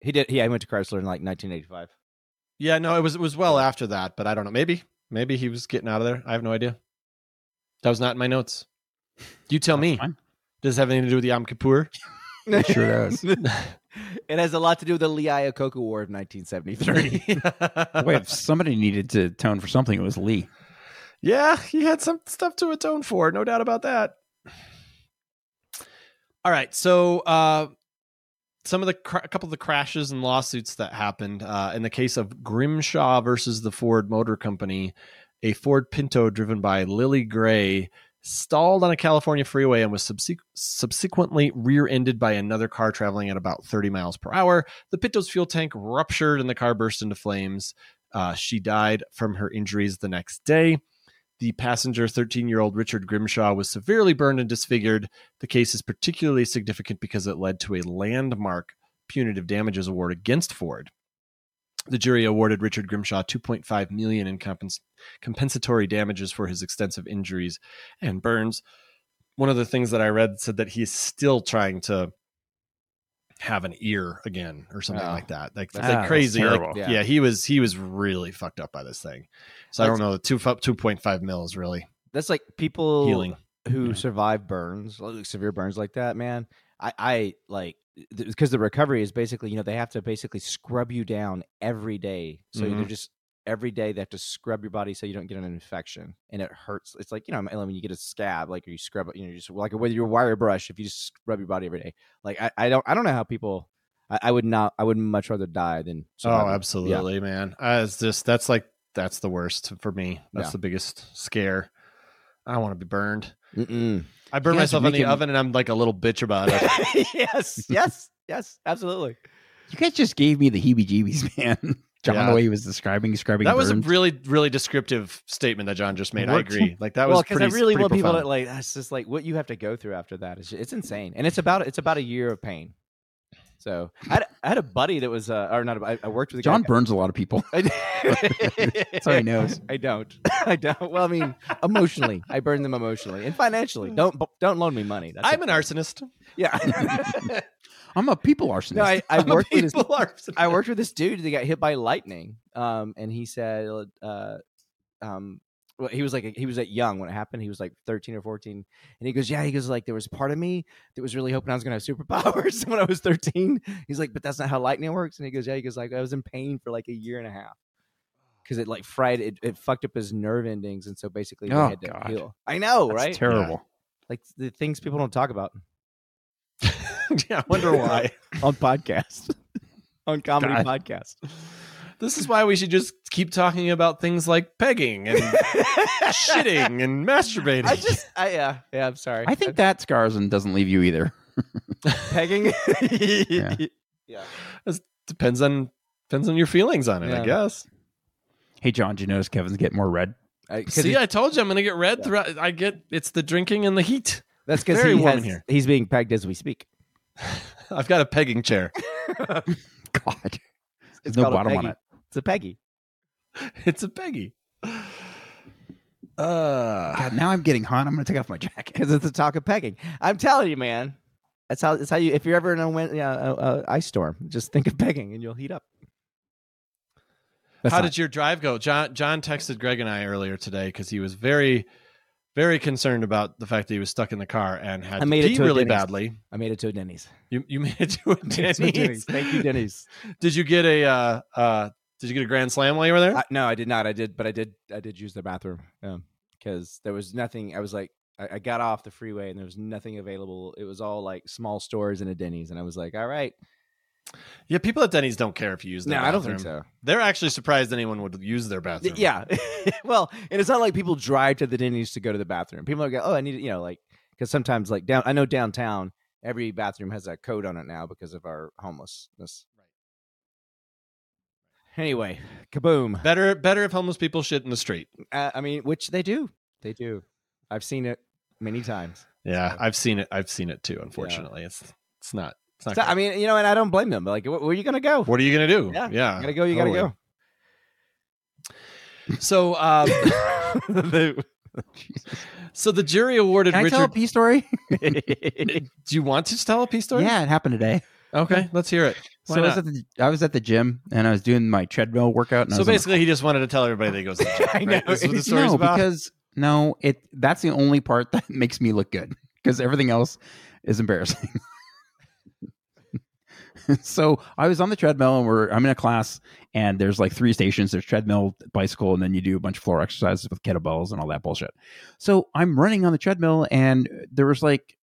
[SPEAKER 1] he did? Yeah, he went to Chrysler in like 1985.
[SPEAKER 2] Yeah, no, it was it was well after that, but I don't know. Maybe maybe he was getting out of there. I have no idea. That was not in my notes. You tell me.
[SPEAKER 3] fine.
[SPEAKER 2] Does it have anything to do with Yom Kippur?
[SPEAKER 3] sure does.
[SPEAKER 1] it has a lot to do with the Lee Iacocca War of 1973.
[SPEAKER 3] Wait, if somebody needed to atone for something, it was Lee.
[SPEAKER 2] yeah, he had some stuff to atone for, no doubt about that. All right, so uh, some of the cr- a couple of the crashes and lawsuits that happened uh, in the case of Grimshaw versus the Ford Motor Company, a Ford Pinto driven by Lily Gray stalled on a California freeway and was subsequ- subsequently rear-ended by another car traveling at about 30 miles per hour. The Pinto's fuel tank ruptured and the car burst into flames. Uh, she died from her injuries the next day. The passenger, 13 year old Richard Grimshaw, was severely burned and disfigured. The case is particularly significant because it led to a landmark punitive damages award against Ford. The jury awarded Richard Grimshaw 2.5 million in compens- compensatory damages for his extensive injuries and burns. One of the things that I read said that he's still trying to have an ear again or something
[SPEAKER 1] Oh.
[SPEAKER 2] like that. Like,
[SPEAKER 1] That's-
[SPEAKER 2] like
[SPEAKER 1] Ah, that's
[SPEAKER 2] crazy. like-
[SPEAKER 3] terrible.
[SPEAKER 2] yeah.
[SPEAKER 1] Yeah.
[SPEAKER 2] he was he was really fucked up by this thing. So I don't know. Two two point five mil is really
[SPEAKER 1] That's like people
[SPEAKER 2] healing.
[SPEAKER 1] who
[SPEAKER 3] Yeah.
[SPEAKER 1] survive burns, like severe burns like that, man. I, I like because the recovery is basically, you know, they have to basically scrub you down every day. So
[SPEAKER 2] Mhm.
[SPEAKER 1] they're just every day they have to scrub your body so you don't get an infection, and it hurts. It's like you know, when you get a scab, like you scrub, you know, you just like with your wire brush, if you just scrub your body every day. Like I, I don't, I don't know how people. I, I would not. I would much rather die than. survive
[SPEAKER 2] oh,
[SPEAKER 1] it.
[SPEAKER 2] absolutely, man. Uh, it's just that's like that's the worst for me. That's
[SPEAKER 1] Yeah.
[SPEAKER 2] the biggest scare. I don't want to be burned.
[SPEAKER 1] Yeah. Mm-mm.
[SPEAKER 2] I burn
[SPEAKER 3] guys
[SPEAKER 2] myself in the
[SPEAKER 3] make him-
[SPEAKER 2] oven, and I'm like a little bitch about it.
[SPEAKER 1] yes. Yes. Yes. Absolutely.
[SPEAKER 3] You guys just gave me the heebie-jeebies, man. John,
[SPEAKER 2] Yeah.
[SPEAKER 3] the way he was describing scrubbing
[SPEAKER 2] that was a
[SPEAKER 3] burns.
[SPEAKER 2] really, really descriptive statement that John just made. I
[SPEAKER 1] Worked.
[SPEAKER 2] agree. Like that
[SPEAKER 1] well,
[SPEAKER 2] was
[SPEAKER 1] because
[SPEAKER 2] pretty.
[SPEAKER 1] I really
[SPEAKER 2] pretty
[SPEAKER 1] want people
[SPEAKER 2] profound.
[SPEAKER 1] to like. That's just like what you have to go through after that. It's, it's insane, and it's about it's about a year of pain. So I had, I had a buddy that was uh, or not. a- I, I worked with a guy-
[SPEAKER 3] John burns a lot of people.
[SPEAKER 1] I,
[SPEAKER 3] So he knows.
[SPEAKER 1] I don't. I don't. Well, I mean, emotionally, I burn them emotionally and financially. Don't don't loan me money. That's
[SPEAKER 2] I'm
[SPEAKER 1] a-
[SPEAKER 2] an arsonist.
[SPEAKER 1] Yeah.
[SPEAKER 3] I'm a people arsonist.
[SPEAKER 1] no, I, I
[SPEAKER 2] I'm a
[SPEAKER 1] worked with this
[SPEAKER 2] people arsonist.
[SPEAKER 1] I worked with this dude that got hit by lightning. Um, and he said, uh, um, well, he was like, he was at young when it happened. He was like 13 or 14. And he goes, yeah, he goes like, there was part of me that was really hoping I was going to have superpowers when I was 13. He's like, but that's not how lightning works. And he goes, yeah, he goes like, I was in pain for like a year and a half. Cause it like fried, it, it fucked up his nerve endings. And so basically they
[SPEAKER 3] Oh,
[SPEAKER 1] had to
[SPEAKER 3] God.
[SPEAKER 1] heal. I know,
[SPEAKER 3] That's
[SPEAKER 1] right?
[SPEAKER 3] terrible.
[SPEAKER 1] like the things people don't talk about
[SPEAKER 2] yeah, I wonder why.
[SPEAKER 1] on podcasts, on comedy
[SPEAKER 3] God.
[SPEAKER 1] podcasts.
[SPEAKER 2] This is why we should just keep talking about things like pegging and shitting and masturbating.
[SPEAKER 1] I just, I, yeah, yeah, I'm sorry.
[SPEAKER 3] I think that scars and doesn't leave you either.
[SPEAKER 1] pegging. Uh, yeah.
[SPEAKER 2] depends on depends on your feelings on it, I
[SPEAKER 1] Yeah.
[SPEAKER 2] guess.
[SPEAKER 3] Hey, John, did you notice Kevin's getting more red?
[SPEAKER 1] I, 'cause
[SPEAKER 2] See,
[SPEAKER 1] he-
[SPEAKER 2] I told you I'm gonna get red. Throughout. I get it's the drinking and the heat.
[SPEAKER 1] that's because
[SPEAKER 2] very
[SPEAKER 1] he
[SPEAKER 2] warm
[SPEAKER 1] has,
[SPEAKER 2] in here.
[SPEAKER 1] he's being pegged as we speak.
[SPEAKER 2] I've got a pegging chair.
[SPEAKER 3] God, there's
[SPEAKER 1] It's
[SPEAKER 3] no
[SPEAKER 1] called a
[SPEAKER 3] bottom on
[SPEAKER 1] Peggy.
[SPEAKER 3] it.
[SPEAKER 1] It's a peggy.
[SPEAKER 2] It's a peggy. Uh,
[SPEAKER 3] God, now I'm getting hot. I'm going to take off my jacket.
[SPEAKER 1] Because it's a talk of pegging. I'm telling you, man. That's how. That's how you. If you're ever in a win, yeah, a, a ice storm, just think of pegging and you'll heat up.
[SPEAKER 3] That's
[SPEAKER 2] how
[SPEAKER 3] not-
[SPEAKER 2] did your drive go? John John texted Greg and I earlier today because he was very, very concerned about the fact that he was stuck in the car and had
[SPEAKER 1] I made
[SPEAKER 2] to
[SPEAKER 1] it
[SPEAKER 2] pee
[SPEAKER 1] to a
[SPEAKER 2] really
[SPEAKER 1] Denny's.
[SPEAKER 2] badly.
[SPEAKER 1] I made it to a Denny's.
[SPEAKER 2] You you made it to a
[SPEAKER 1] Made it to a
[SPEAKER 2] Denny's.
[SPEAKER 1] Thank you, Denny's.
[SPEAKER 2] Did you get a uh, uh, did you get a grand slam while you were there?
[SPEAKER 1] I, no, I did not. I did, but I did. I did use the bathroom because there was nothing. I was like, I, I got off the freeway and there was nothing available. It was all like small stores and a Denny's, and I was like, all right.
[SPEAKER 2] yeah, people at Denny's don't care if you use
[SPEAKER 1] No,
[SPEAKER 2] their
[SPEAKER 1] I don't think
[SPEAKER 2] bathroom.
[SPEAKER 1] so.
[SPEAKER 2] They're actually surprised anyone would use their
[SPEAKER 1] Th-
[SPEAKER 2] bathroom.
[SPEAKER 1] Yeah. well, and it's not like people drive to the Denny's to go to the bathroom. People are go, oh, I need, to-" you know, like because sometimes like down, I know downtown every bathroom has a code on it now because of our homelessness. Anyway, kaboom.
[SPEAKER 2] Better better if homeless people shit in the street.
[SPEAKER 1] Uh, I mean, which they do, they do. I've seen it many times.
[SPEAKER 2] Yeah, I've seen it. I've seen it too. Unfortunately, it's it's not. It's not.
[SPEAKER 1] So,
[SPEAKER 2] great.
[SPEAKER 1] I mean, you know, and I don't blame them. But like, wh- where are you gonna go?
[SPEAKER 2] what are you gonna do?
[SPEAKER 1] Yeah, you gotta go. You
[SPEAKER 2] totally.
[SPEAKER 1] gotta
[SPEAKER 2] So um,
[SPEAKER 1] go. The-
[SPEAKER 2] so the jury awarded
[SPEAKER 3] Can I tell a
[SPEAKER 2] Richard.
[SPEAKER 3] pee story?
[SPEAKER 2] do you want to tell a peace story?
[SPEAKER 3] Yeah, it happened today.
[SPEAKER 2] Okay, let's hear it. Why
[SPEAKER 3] so I was,
[SPEAKER 2] not?
[SPEAKER 3] at the, I was at the gym and I was doing my treadmill workout. And I
[SPEAKER 2] So
[SPEAKER 3] was on the-
[SPEAKER 2] basically, he just wanted to tell everybody that he goes. To the gym,
[SPEAKER 1] I
[SPEAKER 2] right?
[SPEAKER 1] know.
[SPEAKER 2] This is what the
[SPEAKER 1] It's-
[SPEAKER 2] story's
[SPEAKER 3] no,
[SPEAKER 2] about.
[SPEAKER 3] because no, it that's the only part that makes me look good because everything else is embarrassing. so I was on the treadmill and we're I'm in a class and there's like three stations. There's treadmill, bicycle, and then you do a bunch of floor exercises with kettlebells and all that bullshit. So I'm running on the treadmill and there was like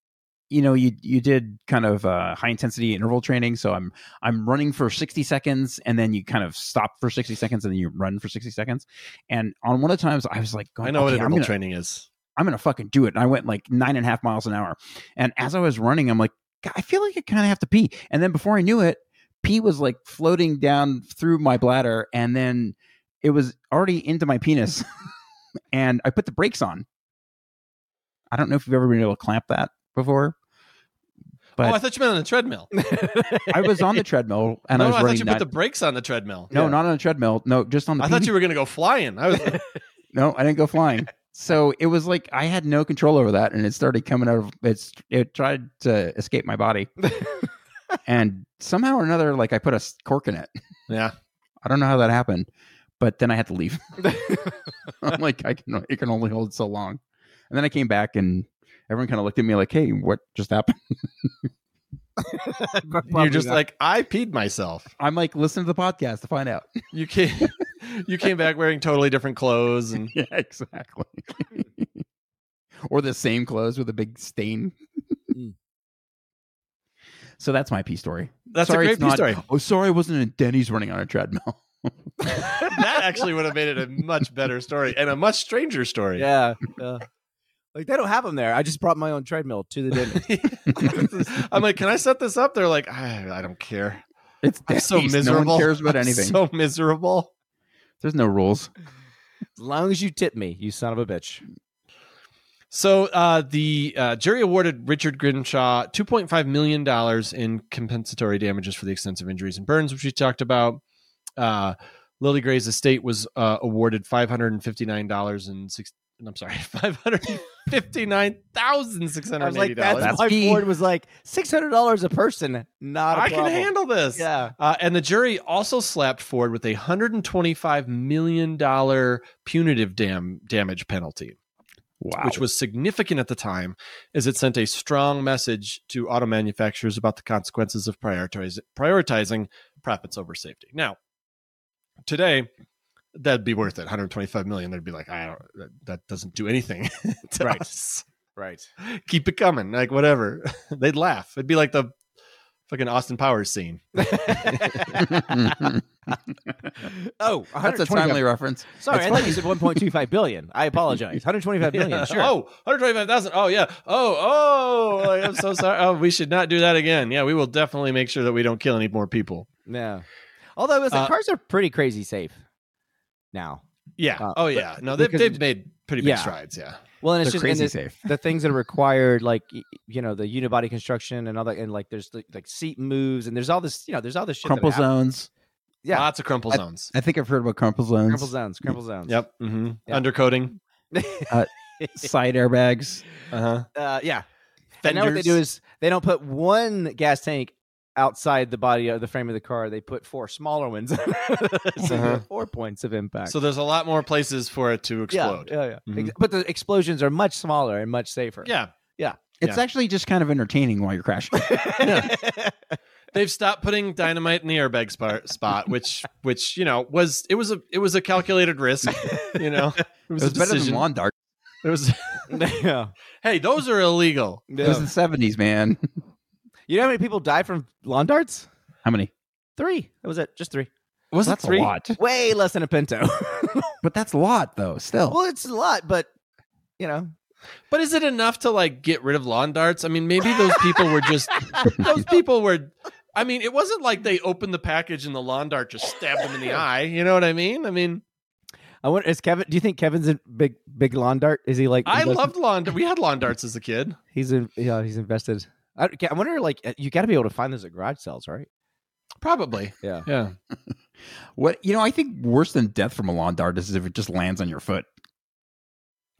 [SPEAKER 3] you know you you did kind of uh, high intensity interval training so i'm i'm running for 60 seconds and then you kind of stop for 60 seconds and then you run for 60 seconds and on one of the times i was like going,
[SPEAKER 2] I know what
[SPEAKER 3] "Okay, I'm
[SPEAKER 2] interval
[SPEAKER 3] gonna-
[SPEAKER 2] training is.
[SPEAKER 3] I'm gonna fucking do it. And I went like nine and a half miles an hour. And as I was running, I'm like, "God, I feel like I kind of have to pee. And then before I knew it, pee was like floating down through my bladder, and then it was already into my penis. and I put the brakes on. I don't know if you've ever been able to clamp that before. But
[SPEAKER 2] oh, I thought you meant on the treadmill.
[SPEAKER 3] I was on the treadmill and
[SPEAKER 2] Oh, no, I,
[SPEAKER 3] I was
[SPEAKER 2] thought
[SPEAKER 3] running.
[SPEAKER 2] you
[SPEAKER 3] nine-
[SPEAKER 2] put the brakes on the treadmill.
[SPEAKER 3] no,
[SPEAKER 1] Yeah.
[SPEAKER 3] not on the treadmill. No, just on the.
[SPEAKER 2] I thought
[SPEAKER 3] PB
[SPEAKER 2] you were going to go flying. I was
[SPEAKER 3] No, I didn't go flying. so it was like I had no control over that, and it started coming out of it's. It tried to escape my body, and somehow or another, like I put a s- cork in it.
[SPEAKER 2] yeah.
[SPEAKER 3] I don't know how that happened, but then I had to leave. I'm like, I can it can only hold so long, and then I came back and. Everyone kind of looked at me like, "Hey, what just happened?"
[SPEAKER 2] You're just like I peed myself.
[SPEAKER 3] I'm like, "Listen to the podcast to find out."
[SPEAKER 2] You came, you came back wearing totally different clothes, and
[SPEAKER 3] yeah, exactly. or the same clothes with a big stain.
[SPEAKER 1] Mm.
[SPEAKER 3] so that's my pee story.
[SPEAKER 2] that's
[SPEAKER 3] Sorry,
[SPEAKER 2] a
[SPEAKER 3] it's
[SPEAKER 2] great pee
[SPEAKER 3] not-
[SPEAKER 2] story.
[SPEAKER 3] Oh, sorry, I wasn't in Denny's running on a treadmill.
[SPEAKER 2] that actually would have made it a much better story and a much stranger story.
[SPEAKER 1] yeah, yeah. Like they don't have them there. I just brought my own treadmill to the dinner.
[SPEAKER 2] I'm like, can I set this up? They're like, I, I don't care.
[SPEAKER 3] It's
[SPEAKER 2] I'm so
[SPEAKER 3] Denny's.
[SPEAKER 2] miserable.
[SPEAKER 3] No one cares about
[SPEAKER 2] I'm
[SPEAKER 3] anything.
[SPEAKER 2] So miserable.
[SPEAKER 3] There's no rules.
[SPEAKER 1] as long as you tip me, you son of a bitch.
[SPEAKER 2] So uh, the uh, jury awarded Richard Grinshaw two point five million dollars in compensatory damages for the extensive injuries and burns, which we talked about. Uh, Lily Gray's estate was uh, awarded five hundred and fifty nine dollars and six. I'm sorry, five hundred fifty nine thousand six
[SPEAKER 1] I was
[SPEAKER 2] hundred
[SPEAKER 1] like,
[SPEAKER 2] eighty
[SPEAKER 1] that's,
[SPEAKER 2] dollars.
[SPEAKER 3] That's
[SPEAKER 1] my
[SPEAKER 3] key.
[SPEAKER 1] board was like six hundred dollars a person. Not a
[SPEAKER 2] I can
[SPEAKER 1] problem.
[SPEAKER 2] handle this.
[SPEAKER 1] Yeah,
[SPEAKER 2] Uh, and the jury also slapped Ford with a hundred and twenty five million dollar punitive dam- damage penalty.
[SPEAKER 3] Wow.
[SPEAKER 2] which was significant at the time, as it sent a strong message to auto manufacturers about the consequences of prioritiz- prioritizing profits over safety. Now, today, that'd be worth it. 125 million. They'd be like, I don't. That, that doesn't do anything to
[SPEAKER 1] Right.
[SPEAKER 2] us.
[SPEAKER 1] right.
[SPEAKER 2] Keep it coming, like whatever. They'd laugh. It'd be like the fucking Austin Powers scene.
[SPEAKER 1] Oh,
[SPEAKER 3] that's a timely reference.
[SPEAKER 1] Sorry,
[SPEAKER 3] That's
[SPEAKER 1] I thought you said one point two five billion. I apologize. One hundred twenty-five million. Sure.
[SPEAKER 2] Oh, 125,000. Oh, yeah. Oh, oh. Like, I'm so sorry. Oh, we should not do that again. Yeah, we will definitely make sure that we don't kill any more people.
[SPEAKER 1] No. Although it was like,
[SPEAKER 2] Uh,
[SPEAKER 1] cars are pretty crazy safe now.
[SPEAKER 2] Yeah.
[SPEAKER 1] Uh,
[SPEAKER 2] oh
[SPEAKER 1] but-
[SPEAKER 2] yeah. No, they've,
[SPEAKER 1] because-
[SPEAKER 2] they've made pretty big
[SPEAKER 1] Yeah.
[SPEAKER 2] strides. Yeah.
[SPEAKER 1] Well, and
[SPEAKER 3] They're
[SPEAKER 1] it's just and
[SPEAKER 3] crazy
[SPEAKER 1] the,
[SPEAKER 3] safe.
[SPEAKER 1] the things that are required, like y- you know, the unibody construction and all that, and like there's like, like seat moves and there's all this, you know, there's all this shit. that
[SPEAKER 3] Crumple
[SPEAKER 1] happens.
[SPEAKER 3] zones.
[SPEAKER 1] Yeah.
[SPEAKER 2] Lots of crumple zones.
[SPEAKER 3] I think I've heard about crumple zones. Uh,
[SPEAKER 1] crumple zones, crumple zones.
[SPEAKER 2] yep. hmm
[SPEAKER 1] Yeah.
[SPEAKER 2] Undercoating.
[SPEAKER 3] Side airbags.
[SPEAKER 2] Uh huh.
[SPEAKER 1] Uh, yeah. And now what they do is they don't put one gas tank outside the body of the frame of the car. They put four smaller ones. so you
[SPEAKER 2] Uh-huh.
[SPEAKER 1] have four points of impact.
[SPEAKER 2] so there's a lot more places for it to
[SPEAKER 1] Yeah,
[SPEAKER 2] explode. Mm-hmm. Yeah.
[SPEAKER 1] Yeah, yeah. Ex- But the explosions are much smaller and much safer.
[SPEAKER 3] It's
[SPEAKER 2] Yeah.
[SPEAKER 3] actually just kind of entertaining while you're crashing.
[SPEAKER 2] They've stopped putting dynamite in the airbag spot, spot, which which you know was it was a it was a calculated risk. You know, it
[SPEAKER 3] It
[SPEAKER 2] was,
[SPEAKER 3] was
[SPEAKER 2] a
[SPEAKER 3] better than
[SPEAKER 2] decision.
[SPEAKER 3] lawn dart.
[SPEAKER 2] It was.
[SPEAKER 1] yeah.
[SPEAKER 2] Hey, those are illegal.
[SPEAKER 3] It was the '70s, man.
[SPEAKER 1] You know how many people die from lawn darts?
[SPEAKER 3] How many?
[SPEAKER 1] Three. That was it. Just three.
[SPEAKER 2] Was
[SPEAKER 3] that's
[SPEAKER 2] it three?
[SPEAKER 3] a lot.
[SPEAKER 1] Way less than a Pinto.
[SPEAKER 3] But that's a lot, though. Still,
[SPEAKER 1] well, it's a lot, but you know,
[SPEAKER 2] But is it enough to like get rid of lawn darts? I mean, maybe those people were just those people were. I mean, it wasn't like they opened the package and the lawn dart just stabbed them in the eye. You know what I mean? I mean,
[SPEAKER 1] I wonder. Is Kevin? Do you think Kevin's a big, big lawn dart? Is he like?
[SPEAKER 2] I
[SPEAKER 1] invested-
[SPEAKER 2] loved lawn. We had lawn darts as a kid.
[SPEAKER 1] He's in. Yeah, he's invested. I, I wonder. Like, uh, you got to be able to find those at garage sales, right?
[SPEAKER 2] Probably.
[SPEAKER 1] Yeah.
[SPEAKER 2] Yeah.
[SPEAKER 3] what you know? I think worse than death from a lawn dart is if it just lands on your foot.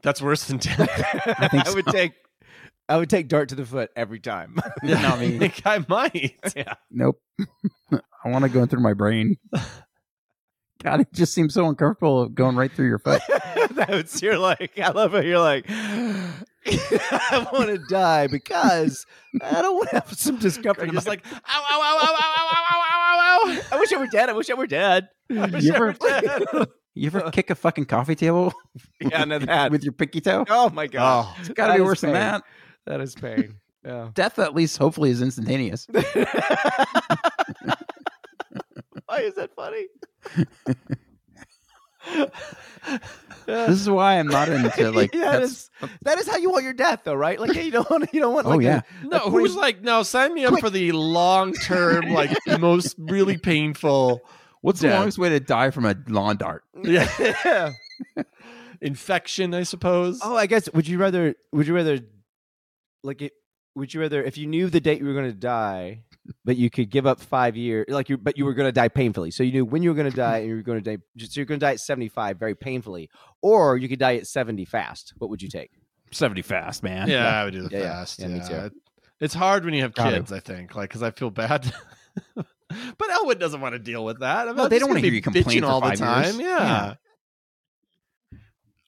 [SPEAKER 2] That's worse than death.
[SPEAKER 1] I,
[SPEAKER 3] think
[SPEAKER 1] would take. I would take dart to the foot every time.
[SPEAKER 2] Yeah,
[SPEAKER 3] No, I
[SPEAKER 2] I
[SPEAKER 3] mean-
[SPEAKER 2] think I might.
[SPEAKER 3] Nope. I want to go in through my brain. God, it just seems so uncomfortable going right through your foot.
[SPEAKER 1] that was you're like. I love it. You're like. I want to die because I don't want to have some discomfort.
[SPEAKER 2] You're
[SPEAKER 1] in
[SPEAKER 2] just
[SPEAKER 1] my-
[SPEAKER 2] like, ow, ow, ow, ow, ow, ow, ow, ow, ow, ow.
[SPEAKER 1] I wish I were dead. I wish I were dead. I wish
[SPEAKER 3] You
[SPEAKER 1] I were
[SPEAKER 3] ever-
[SPEAKER 1] dead.
[SPEAKER 3] You ever kick a fucking coffee table
[SPEAKER 1] yeah, no, that.
[SPEAKER 3] with your pinky toe?
[SPEAKER 1] oh my god,
[SPEAKER 2] Oh,
[SPEAKER 3] It's got to
[SPEAKER 1] that
[SPEAKER 3] be
[SPEAKER 1] is
[SPEAKER 3] worse than
[SPEAKER 1] pain.
[SPEAKER 3] that.
[SPEAKER 1] that is pain. Yeah.
[SPEAKER 3] Death, at least, hopefully, is instantaneous.
[SPEAKER 1] Why is that funny?
[SPEAKER 3] This is why I'm not into like.
[SPEAKER 1] that
[SPEAKER 3] that's-
[SPEAKER 1] is that is how you want your death, though, right? Like, yeah, you don't want you don't want.
[SPEAKER 3] Oh,
[SPEAKER 1] Like a-
[SPEAKER 3] yeah.
[SPEAKER 2] no,
[SPEAKER 1] a
[SPEAKER 2] who's
[SPEAKER 1] pretty-
[SPEAKER 2] like, no, sign me up
[SPEAKER 1] Quick.
[SPEAKER 2] for the long term, like most really painful
[SPEAKER 3] what's the
[SPEAKER 2] death.
[SPEAKER 3] longest way to die from a lawn dart?
[SPEAKER 2] Yeah. infection, I suppose.
[SPEAKER 1] Oh, I guess. Would you rather? Would you rather? Like, it, would you rather if you knew the date you were going to die, but you could give up five years, like you, but you were going to die painfully. So you knew when you were going to die, and you were going to die. So you're going to die at 75, very painfully, or you could die at 70 fast. What would you take?
[SPEAKER 3] 70 fast, man.
[SPEAKER 2] Yeah, I would do the
[SPEAKER 1] Yeah, yeah.
[SPEAKER 2] fast. Yeah,
[SPEAKER 1] Yeah, me too.
[SPEAKER 2] It's hard when you have
[SPEAKER 3] Gotta.
[SPEAKER 2] kids, I think, like because I feel bad. but Elwood doesn't want to deal with that. I mean,
[SPEAKER 3] No,
[SPEAKER 2] I'm
[SPEAKER 3] they
[SPEAKER 2] just
[SPEAKER 3] don't
[SPEAKER 2] gonna
[SPEAKER 3] wanna hear
[SPEAKER 2] be
[SPEAKER 3] you complain
[SPEAKER 2] bitching
[SPEAKER 3] for
[SPEAKER 2] all the
[SPEAKER 3] five years.
[SPEAKER 2] time.
[SPEAKER 3] Yeah.
[SPEAKER 2] Yeah.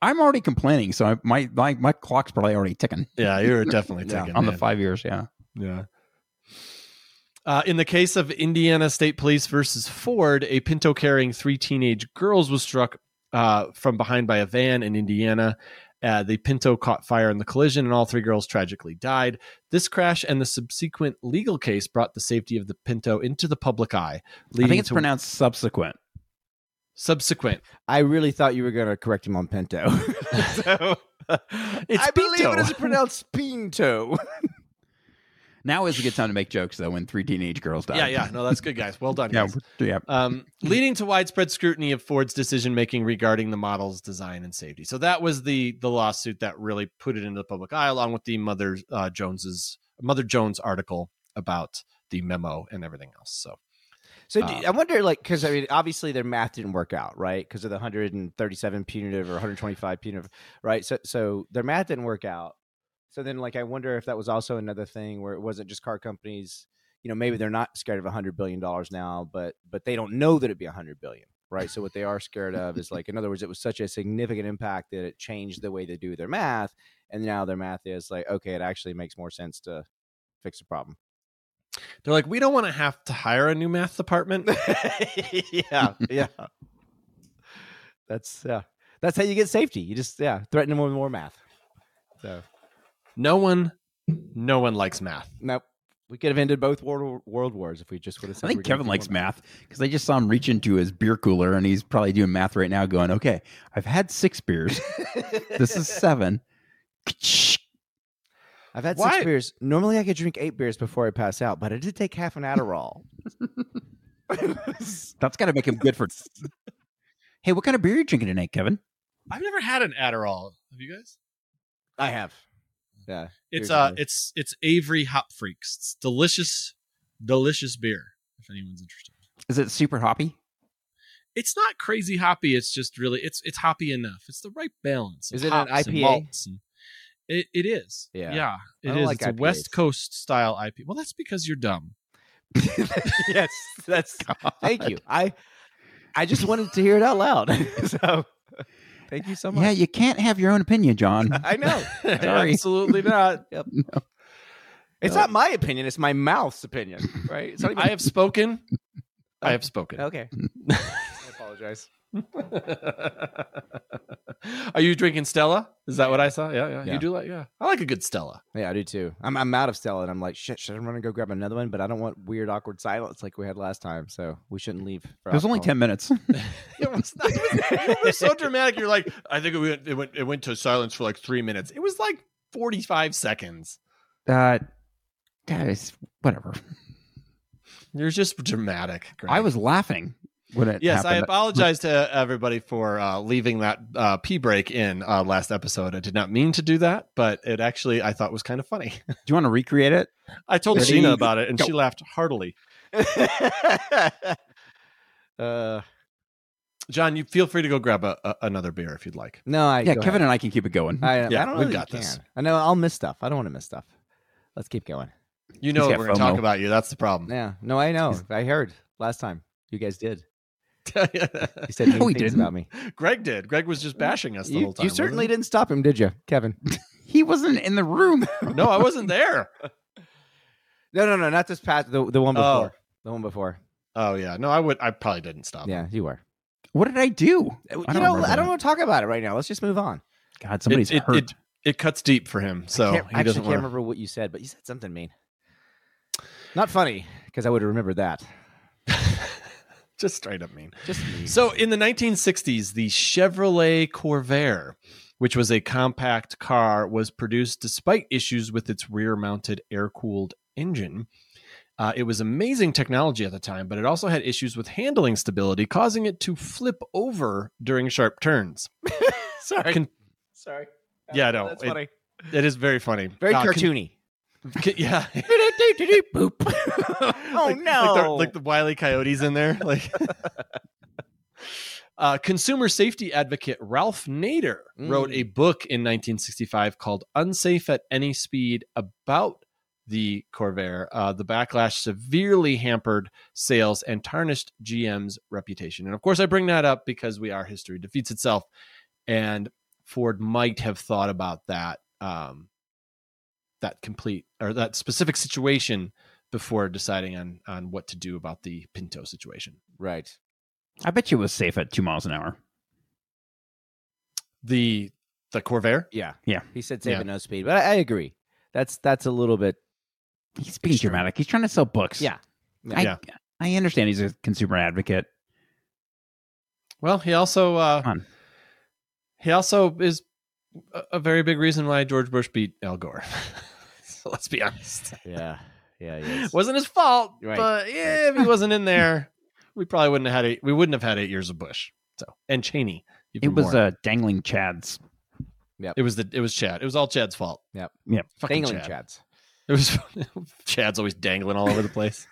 [SPEAKER 3] I'm already complaining, so I, my, my my clock's probably already ticking
[SPEAKER 2] yeah, you're definitely
[SPEAKER 1] Yeah,
[SPEAKER 2] taking
[SPEAKER 3] on
[SPEAKER 2] man.
[SPEAKER 3] the five years. Yeah.
[SPEAKER 2] Yeah. Uh, in the case of Indiana State Police versus Ford, a Pinto carrying three teenage girls was struck uh, from behind by a van in Indiana. Uh, the Pinto caught fire in the collision, and all three girls tragically died. This crash and the subsequent legal case brought the safety of the Pinto into the public eye, leading
[SPEAKER 3] I think it's
[SPEAKER 2] to
[SPEAKER 3] pronounced subsequent.
[SPEAKER 2] subsequent.
[SPEAKER 1] I really thought you were going to correct him on Pinto.
[SPEAKER 2] so, it's
[SPEAKER 1] I believe
[SPEAKER 2] Pinto.
[SPEAKER 1] it is pronounced Pinto.
[SPEAKER 3] Now is a good time to make jokes, though, when three teenage girls die.
[SPEAKER 2] yeah, yeah. No, that's good, guys. Well done,
[SPEAKER 3] Yeah.
[SPEAKER 2] guys.
[SPEAKER 3] yeah.
[SPEAKER 2] um, leading to widespread scrutiny of Ford's decision making regarding the model's design and safety. So that was the the lawsuit that really put it into the public eye, along with the Mother uh, Jones's Mother Jones article about the memo and everything else. So
[SPEAKER 1] So do,
[SPEAKER 2] Uh,
[SPEAKER 1] I wonder, like, because I mean, obviously their math didn't work out, right? Because of the 137 punitive or 125 punitive, right? So, so their math didn't work out. So then, like, I wonder if that was also another thing where it wasn't just car companies. You know, maybe they're not scared of 100 billion dollars now, but but they don't know that it'd be 100 billion, right? So what they are scared of is like, in other words, it was such a significant impact that it changed the way they do their math, and now their math is like, okay, it actually makes more sense to fix the problem.
[SPEAKER 2] they're like, we don't want to have to hire a new math department.
[SPEAKER 1] yeah, yeah. That's yeah. That's how you get safety. You just yeah, threaten them with more math. So
[SPEAKER 2] No one, no one likes math.
[SPEAKER 1] no, we could have ended both world world wars if we just would have. Said
[SPEAKER 3] I
[SPEAKER 1] we're
[SPEAKER 3] think
[SPEAKER 1] gonna
[SPEAKER 3] Kevin
[SPEAKER 1] do
[SPEAKER 3] likes
[SPEAKER 1] more
[SPEAKER 3] math because I just saw him reach into his beer cooler and he's probably doing math right now, going, okay, I've had six beers. this is seven.
[SPEAKER 1] I've had
[SPEAKER 2] Why-
[SPEAKER 1] six beers. Normally, I could drink eight beers before I pass out, but I did take half an Adderall.
[SPEAKER 3] That's got to make him good for. hey, what kind of beer are you drinking tonight, Kevin?
[SPEAKER 2] I've never had an Adderall. Have you guys?
[SPEAKER 1] I have. Yeah,
[SPEAKER 2] It's
[SPEAKER 1] Here's
[SPEAKER 2] uh,
[SPEAKER 1] another.
[SPEAKER 2] it's it's Avery Hop Freaks. It's delicious, delicious beer. If anyone's interested.
[SPEAKER 3] Is it super hoppy?
[SPEAKER 2] it's not crazy hoppy. It's just really it's it's hoppy enough. It's the right balance. of
[SPEAKER 1] Is it an
[SPEAKER 2] hops and
[SPEAKER 1] IPA?
[SPEAKER 2] malts and- it, it is.
[SPEAKER 1] Yeah.
[SPEAKER 2] yeah, it
[SPEAKER 1] don't
[SPEAKER 2] is.
[SPEAKER 1] like
[SPEAKER 2] it's a West
[SPEAKER 1] IPAs.
[SPEAKER 2] Coast style IP. Well, that's because you're dumb.
[SPEAKER 1] yes, that's. Thank you. I, I just wanted to hear it out loud. so, thank you so much.
[SPEAKER 3] Yeah, you can't have your own opinion, John.
[SPEAKER 1] I know.
[SPEAKER 3] Sorry.
[SPEAKER 2] absolutely not.
[SPEAKER 1] It's
[SPEAKER 2] Uh,
[SPEAKER 1] not my opinion. It's my mouth's opinion, right? It's not even.
[SPEAKER 2] I have spoken. I have spoken.
[SPEAKER 1] okay. I apologize.
[SPEAKER 2] Are you drinking Stella? Is that what I saw? Yeah, yeah.
[SPEAKER 1] Yeah.
[SPEAKER 2] You do like yeah. I like a good Stella.
[SPEAKER 1] Yeah, I do too. I'm I'm out of Stella, and I'm like, shit. Should I run and go grab another one? But I don't want weird, awkward silence like we had last time. So we shouldn't leave. For
[SPEAKER 3] It was only
[SPEAKER 1] alcohol.
[SPEAKER 3] 10 minutes.
[SPEAKER 2] It was, not, it was- you were so dramatic. You're like, I think it went, it went it went to silence for like three minutes. It was like forty five seconds.
[SPEAKER 3] Uh, guys, whatever.
[SPEAKER 2] You're just dramatic. Greg.
[SPEAKER 3] I was laughing when it
[SPEAKER 2] Yes, I
[SPEAKER 3] happened.
[SPEAKER 2] apologize to everybody for uh, leaving that uh, pee break in uh, last episode. I did not mean to do that, but it actually I thought was kind of funny.
[SPEAKER 3] Do you want to recreate it?
[SPEAKER 2] I told
[SPEAKER 3] Ready?
[SPEAKER 2] Sheena about it, and she laughed heartily.
[SPEAKER 1] uh,
[SPEAKER 2] John, you feel free to go grab a, a, another beer if you'd like.
[SPEAKER 1] no, I
[SPEAKER 3] yeah,
[SPEAKER 1] go
[SPEAKER 3] Kevin
[SPEAKER 1] ahead.
[SPEAKER 3] and I can keep it going.
[SPEAKER 1] I,
[SPEAKER 2] Yeah,
[SPEAKER 1] I don't
[SPEAKER 2] we've
[SPEAKER 1] really
[SPEAKER 2] got
[SPEAKER 1] can.
[SPEAKER 2] this.
[SPEAKER 1] I know I'll miss stuff. I don't want to miss stuff. Let's keep going.
[SPEAKER 2] You know
[SPEAKER 3] He's
[SPEAKER 2] that
[SPEAKER 3] got
[SPEAKER 2] we're going to talk
[SPEAKER 3] FOMO.
[SPEAKER 2] about you. That's the problem.
[SPEAKER 1] Yeah. No, I know. I heard last time. You guys did. You said
[SPEAKER 3] No,
[SPEAKER 1] mean
[SPEAKER 3] we
[SPEAKER 1] things
[SPEAKER 3] didn't.
[SPEAKER 1] about me.
[SPEAKER 2] Greg did. Greg was just bashing us the
[SPEAKER 1] You,
[SPEAKER 2] whole time.
[SPEAKER 1] you certainly
[SPEAKER 2] wasn't
[SPEAKER 1] didn't stop him, did you, Kevin?
[SPEAKER 3] He wasn't in the room.
[SPEAKER 2] he? No, I wasn't there.
[SPEAKER 1] No, no, no, not this past the the one
[SPEAKER 2] Oh.
[SPEAKER 1] before. The one before.
[SPEAKER 2] Oh yeah, no, I would. I probably didn't stop.
[SPEAKER 1] Yeah, you were.
[SPEAKER 3] What did I do?
[SPEAKER 1] you
[SPEAKER 3] don't
[SPEAKER 1] know,
[SPEAKER 3] remember
[SPEAKER 1] I don't
[SPEAKER 3] that.
[SPEAKER 1] want to talk about it right now. Let's just move on.
[SPEAKER 3] God,
[SPEAKER 2] it,
[SPEAKER 3] somebody's
[SPEAKER 2] it,
[SPEAKER 3] hurt.
[SPEAKER 2] it it cuts deep for him, so
[SPEAKER 1] I
[SPEAKER 2] Oh, he
[SPEAKER 1] can't, I actually
[SPEAKER 2] doesn't
[SPEAKER 1] can't
[SPEAKER 2] want.
[SPEAKER 1] remember what you said, but you said something mean. Not funny, because I would have remembered that.
[SPEAKER 2] just straight up mean.
[SPEAKER 1] Just mean.
[SPEAKER 2] So in the 1960s, the Chevrolet Corvair, which was a compact car, was produced despite issues with its rear mounted air cooled engine. Uh, it was amazing technology at the time, but it also had issues with handling stability, causing it to flip over during sharp turns.
[SPEAKER 1] sorry.
[SPEAKER 2] Con-
[SPEAKER 1] sorry.
[SPEAKER 2] Yeah, no,
[SPEAKER 1] That's
[SPEAKER 2] it-
[SPEAKER 1] funny.
[SPEAKER 2] It is very funny.
[SPEAKER 1] Very
[SPEAKER 2] Uh, con-
[SPEAKER 1] cartoony.
[SPEAKER 2] yeah.
[SPEAKER 1] oh
[SPEAKER 2] like,
[SPEAKER 1] no!
[SPEAKER 2] Like the, like the wily coyotes in there. Like uh, consumer safety advocate Ralph Nader wrote
[SPEAKER 1] Mm.
[SPEAKER 2] a book in 1965 called "Unsafe at Any Speed" about the Corvair. Uh, the backlash severely hampered sales and tarnished GM's reputation. And of course, I bring that up because we are history defeats itself, and Ford might have thought about that. Um, that complete or that specific situation before deciding on on what to do about the Pinto situation.
[SPEAKER 1] right.
[SPEAKER 3] I bet you it was safe at two miles an hour.
[SPEAKER 2] The the Corvair.
[SPEAKER 1] Yeah.
[SPEAKER 3] Yeah.
[SPEAKER 1] He said save
[SPEAKER 2] Yeah.
[SPEAKER 1] at no speed, but I, I agree. That's that's a little bit.
[SPEAKER 3] He's being dramatic. He's trying to sell books.
[SPEAKER 1] Yeah.
[SPEAKER 3] I,
[SPEAKER 2] Yeah.
[SPEAKER 3] I understand he's a consumer advocate.
[SPEAKER 2] Well, he also uh,
[SPEAKER 3] Come on.
[SPEAKER 2] he also is a, a very big reason why George Bush beat Al Gore. so let's be honest,
[SPEAKER 1] Yeah. Yeah. Yes.
[SPEAKER 2] wasn't his fault.
[SPEAKER 1] Right.
[SPEAKER 2] But yeah, if he wasn't in there, we probably wouldn't have had eight. We wouldn't have had eight years of Bush. So and Cheney.
[SPEAKER 3] It
[SPEAKER 2] even
[SPEAKER 3] was
[SPEAKER 2] more.
[SPEAKER 3] uh, dangling Chad's.
[SPEAKER 2] it was the it was Chad. It was all Chad's fault.
[SPEAKER 1] Yep.
[SPEAKER 3] Yep.
[SPEAKER 2] Fucking
[SPEAKER 1] Dangling
[SPEAKER 2] Chad.
[SPEAKER 1] chats.
[SPEAKER 2] It was Chad's always dangling all over the place.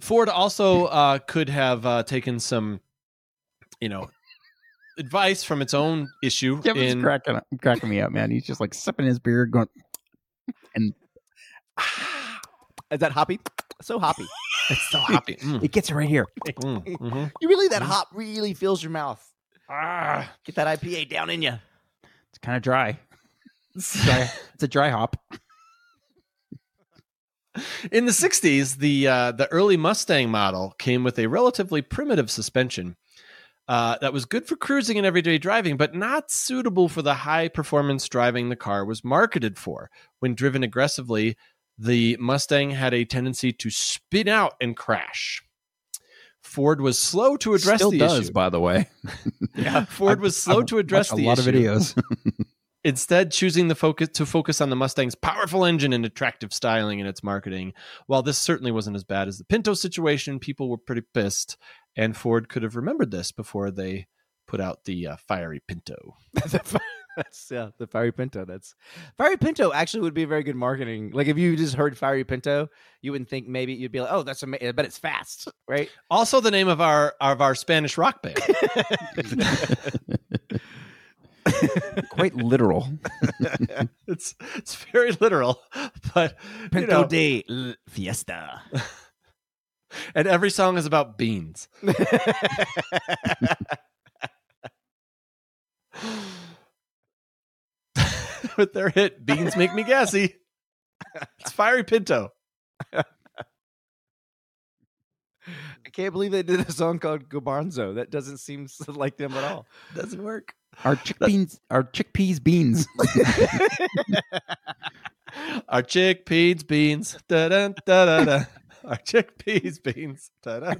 [SPEAKER 2] Ford also uh, could have uh, taken some, you know, advice from its own issue.
[SPEAKER 3] Kevin's
[SPEAKER 2] in-
[SPEAKER 3] cracking, up- cracking me up, man. He's just like sipping his beer, going,
[SPEAKER 1] Is that hoppy? So hoppy.
[SPEAKER 2] it's so happy.
[SPEAKER 3] it gets right here.
[SPEAKER 2] mm,
[SPEAKER 1] you really that hop really fills your mouth.
[SPEAKER 3] Ah,
[SPEAKER 1] Get that IPA down in you.
[SPEAKER 3] it's kind of dry. dry. It's a dry hop.
[SPEAKER 2] In the '60s, the uh, the early Mustang model came with a relatively primitive suspension uh, that was good for cruising and everyday driving, but not suitable for the high performance driving the car was marketed for. When driven aggressively, the Mustang had a tendency to spin out and crash. Ford was slow to address
[SPEAKER 3] Still
[SPEAKER 2] the
[SPEAKER 3] does,
[SPEAKER 2] issue.
[SPEAKER 3] by the way.
[SPEAKER 2] Yeah, Ford
[SPEAKER 3] I've-
[SPEAKER 2] was slow
[SPEAKER 3] I've
[SPEAKER 2] to address
[SPEAKER 3] watched
[SPEAKER 2] the
[SPEAKER 3] a lot
[SPEAKER 2] issue.
[SPEAKER 3] of videos.
[SPEAKER 2] Instead, choosing the focus to focus on the Mustang's powerful engine and attractive styling in its marketing. While this certainly wasn't as bad as the Pinto situation, people were pretty pissed, and Ford could have remembered this before they put out the uh, fiery Pinto.
[SPEAKER 1] that's yeah, the fiery pinto. That's fiery pinto actually would be very good marketing. Like if you just heard fiery pinto, you wouldn't think maybe you'd be like, oh, that's amazing. I bet it's fast, right?
[SPEAKER 2] Also, the name of our of our Spanish rock band.
[SPEAKER 3] Quite literal.
[SPEAKER 2] it's it's very literal, but you
[SPEAKER 1] Pinto
[SPEAKER 2] know,
[SPEAKER 1] de l- fiesta.
[SPEAKER 2] and every song is about beans. With their hit "Beans Make Me Gassy," it's Fiery Pinto.
[SPEAKER 1] I can't believe they did a song called Gobanzo. That doesn't seem s- like them at all.
[SPEAKER 2] Doesn't work.
[SPEAKER 3] Our chickpeas, our chickpeas beans.
[SPEAKER 2] Our chickpeas beans, da da da da. Our chickpeas beans, da da.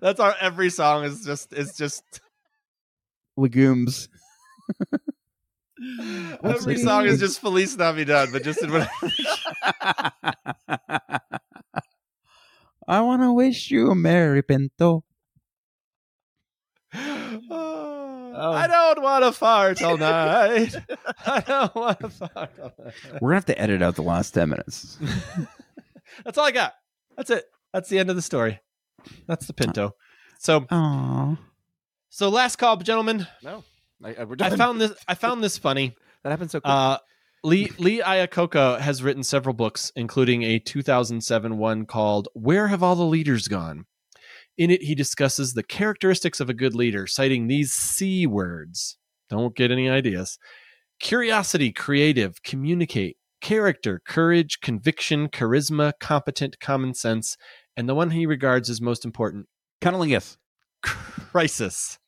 [SPEAKER 2] That's our every song is just is just
[SPEAKER 3] legumes.
[SPEAKER 2] every song is just Feliz Navidad, but just in whatever.
[SPEAKER 3] I want to wish you a merry pinto.
[SPEAKER 2] I don't want to fart all night. I don't want to fart all night.
[SPEAKER 3] We're gonna have to edit out the last ten minutes.
[SPEAKER 2] That's all I got. That's it. That's the end of the story. That's the Pinto. So,
[SPEAKER 3] Aww.
[SPEAKER 2] so last call, gentlemen.
[SPEAKER 1] No, I, I- uh, we're
[SPEAKER 2] I
[SPEAKER 1] done.
[SPEAKER 2] found this. I found this funny.
[SPEAKER 1] that happened so quick.
[SPEAKER 2] Uh, Lee Lee Iacocca has written several books, including a 2007 one called "Where Have All the Leaders Gone." In it, he discusses the characteristics of a good leader, citing these C words. Don't get any ideas: curiosity, creative, communicate, character, courage, conviction, charisma, competent, common sense, and the one he regards as most important:
[SPEAKER 3] Cunnilingus.
[SPEAKER 2] crisis.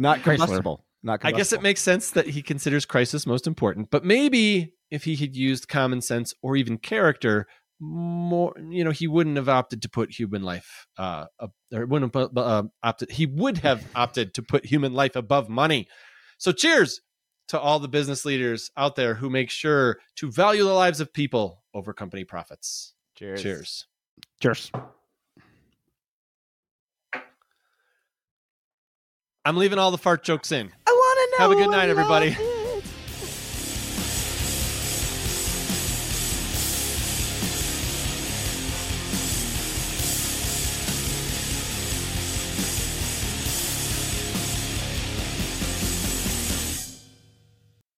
[SPEAKER 1] not
[SPEAKER 3] Chrysler.
[SPEAKER 1] combustible. Not.
[SPEAKER 2] I guess it
[SPEAKER 1] combustible.
[SPEAKER 2] makes sense that he considers crisis most important, but maybe if he had used common sense or even character, more you know, he wouldn't have opted to put human life. Uh, ab- or wouldn't have uh, opted. He would have opted to put human life above money. So, cheers to all the business leaders out there who make sure to value the lives of people over company profits.
[SPEAKER 1] Cheers.
[SPEAKER 2] Cheers.
[SPEAKER 3] Cheers.
[SPEAKER 2] I'm leaving all the fart jokes in.
[SPEAKER 1] I want to
[SPEAKER 2] Have
[SPEAKER 1] know.
[SPEAKER 2] a good
[SPEAKER 1] what
[SPEAKER 2] night,
[SPEAKER 1] love
[SPEAKER 2] everybody.
[SPEAKER 1] is.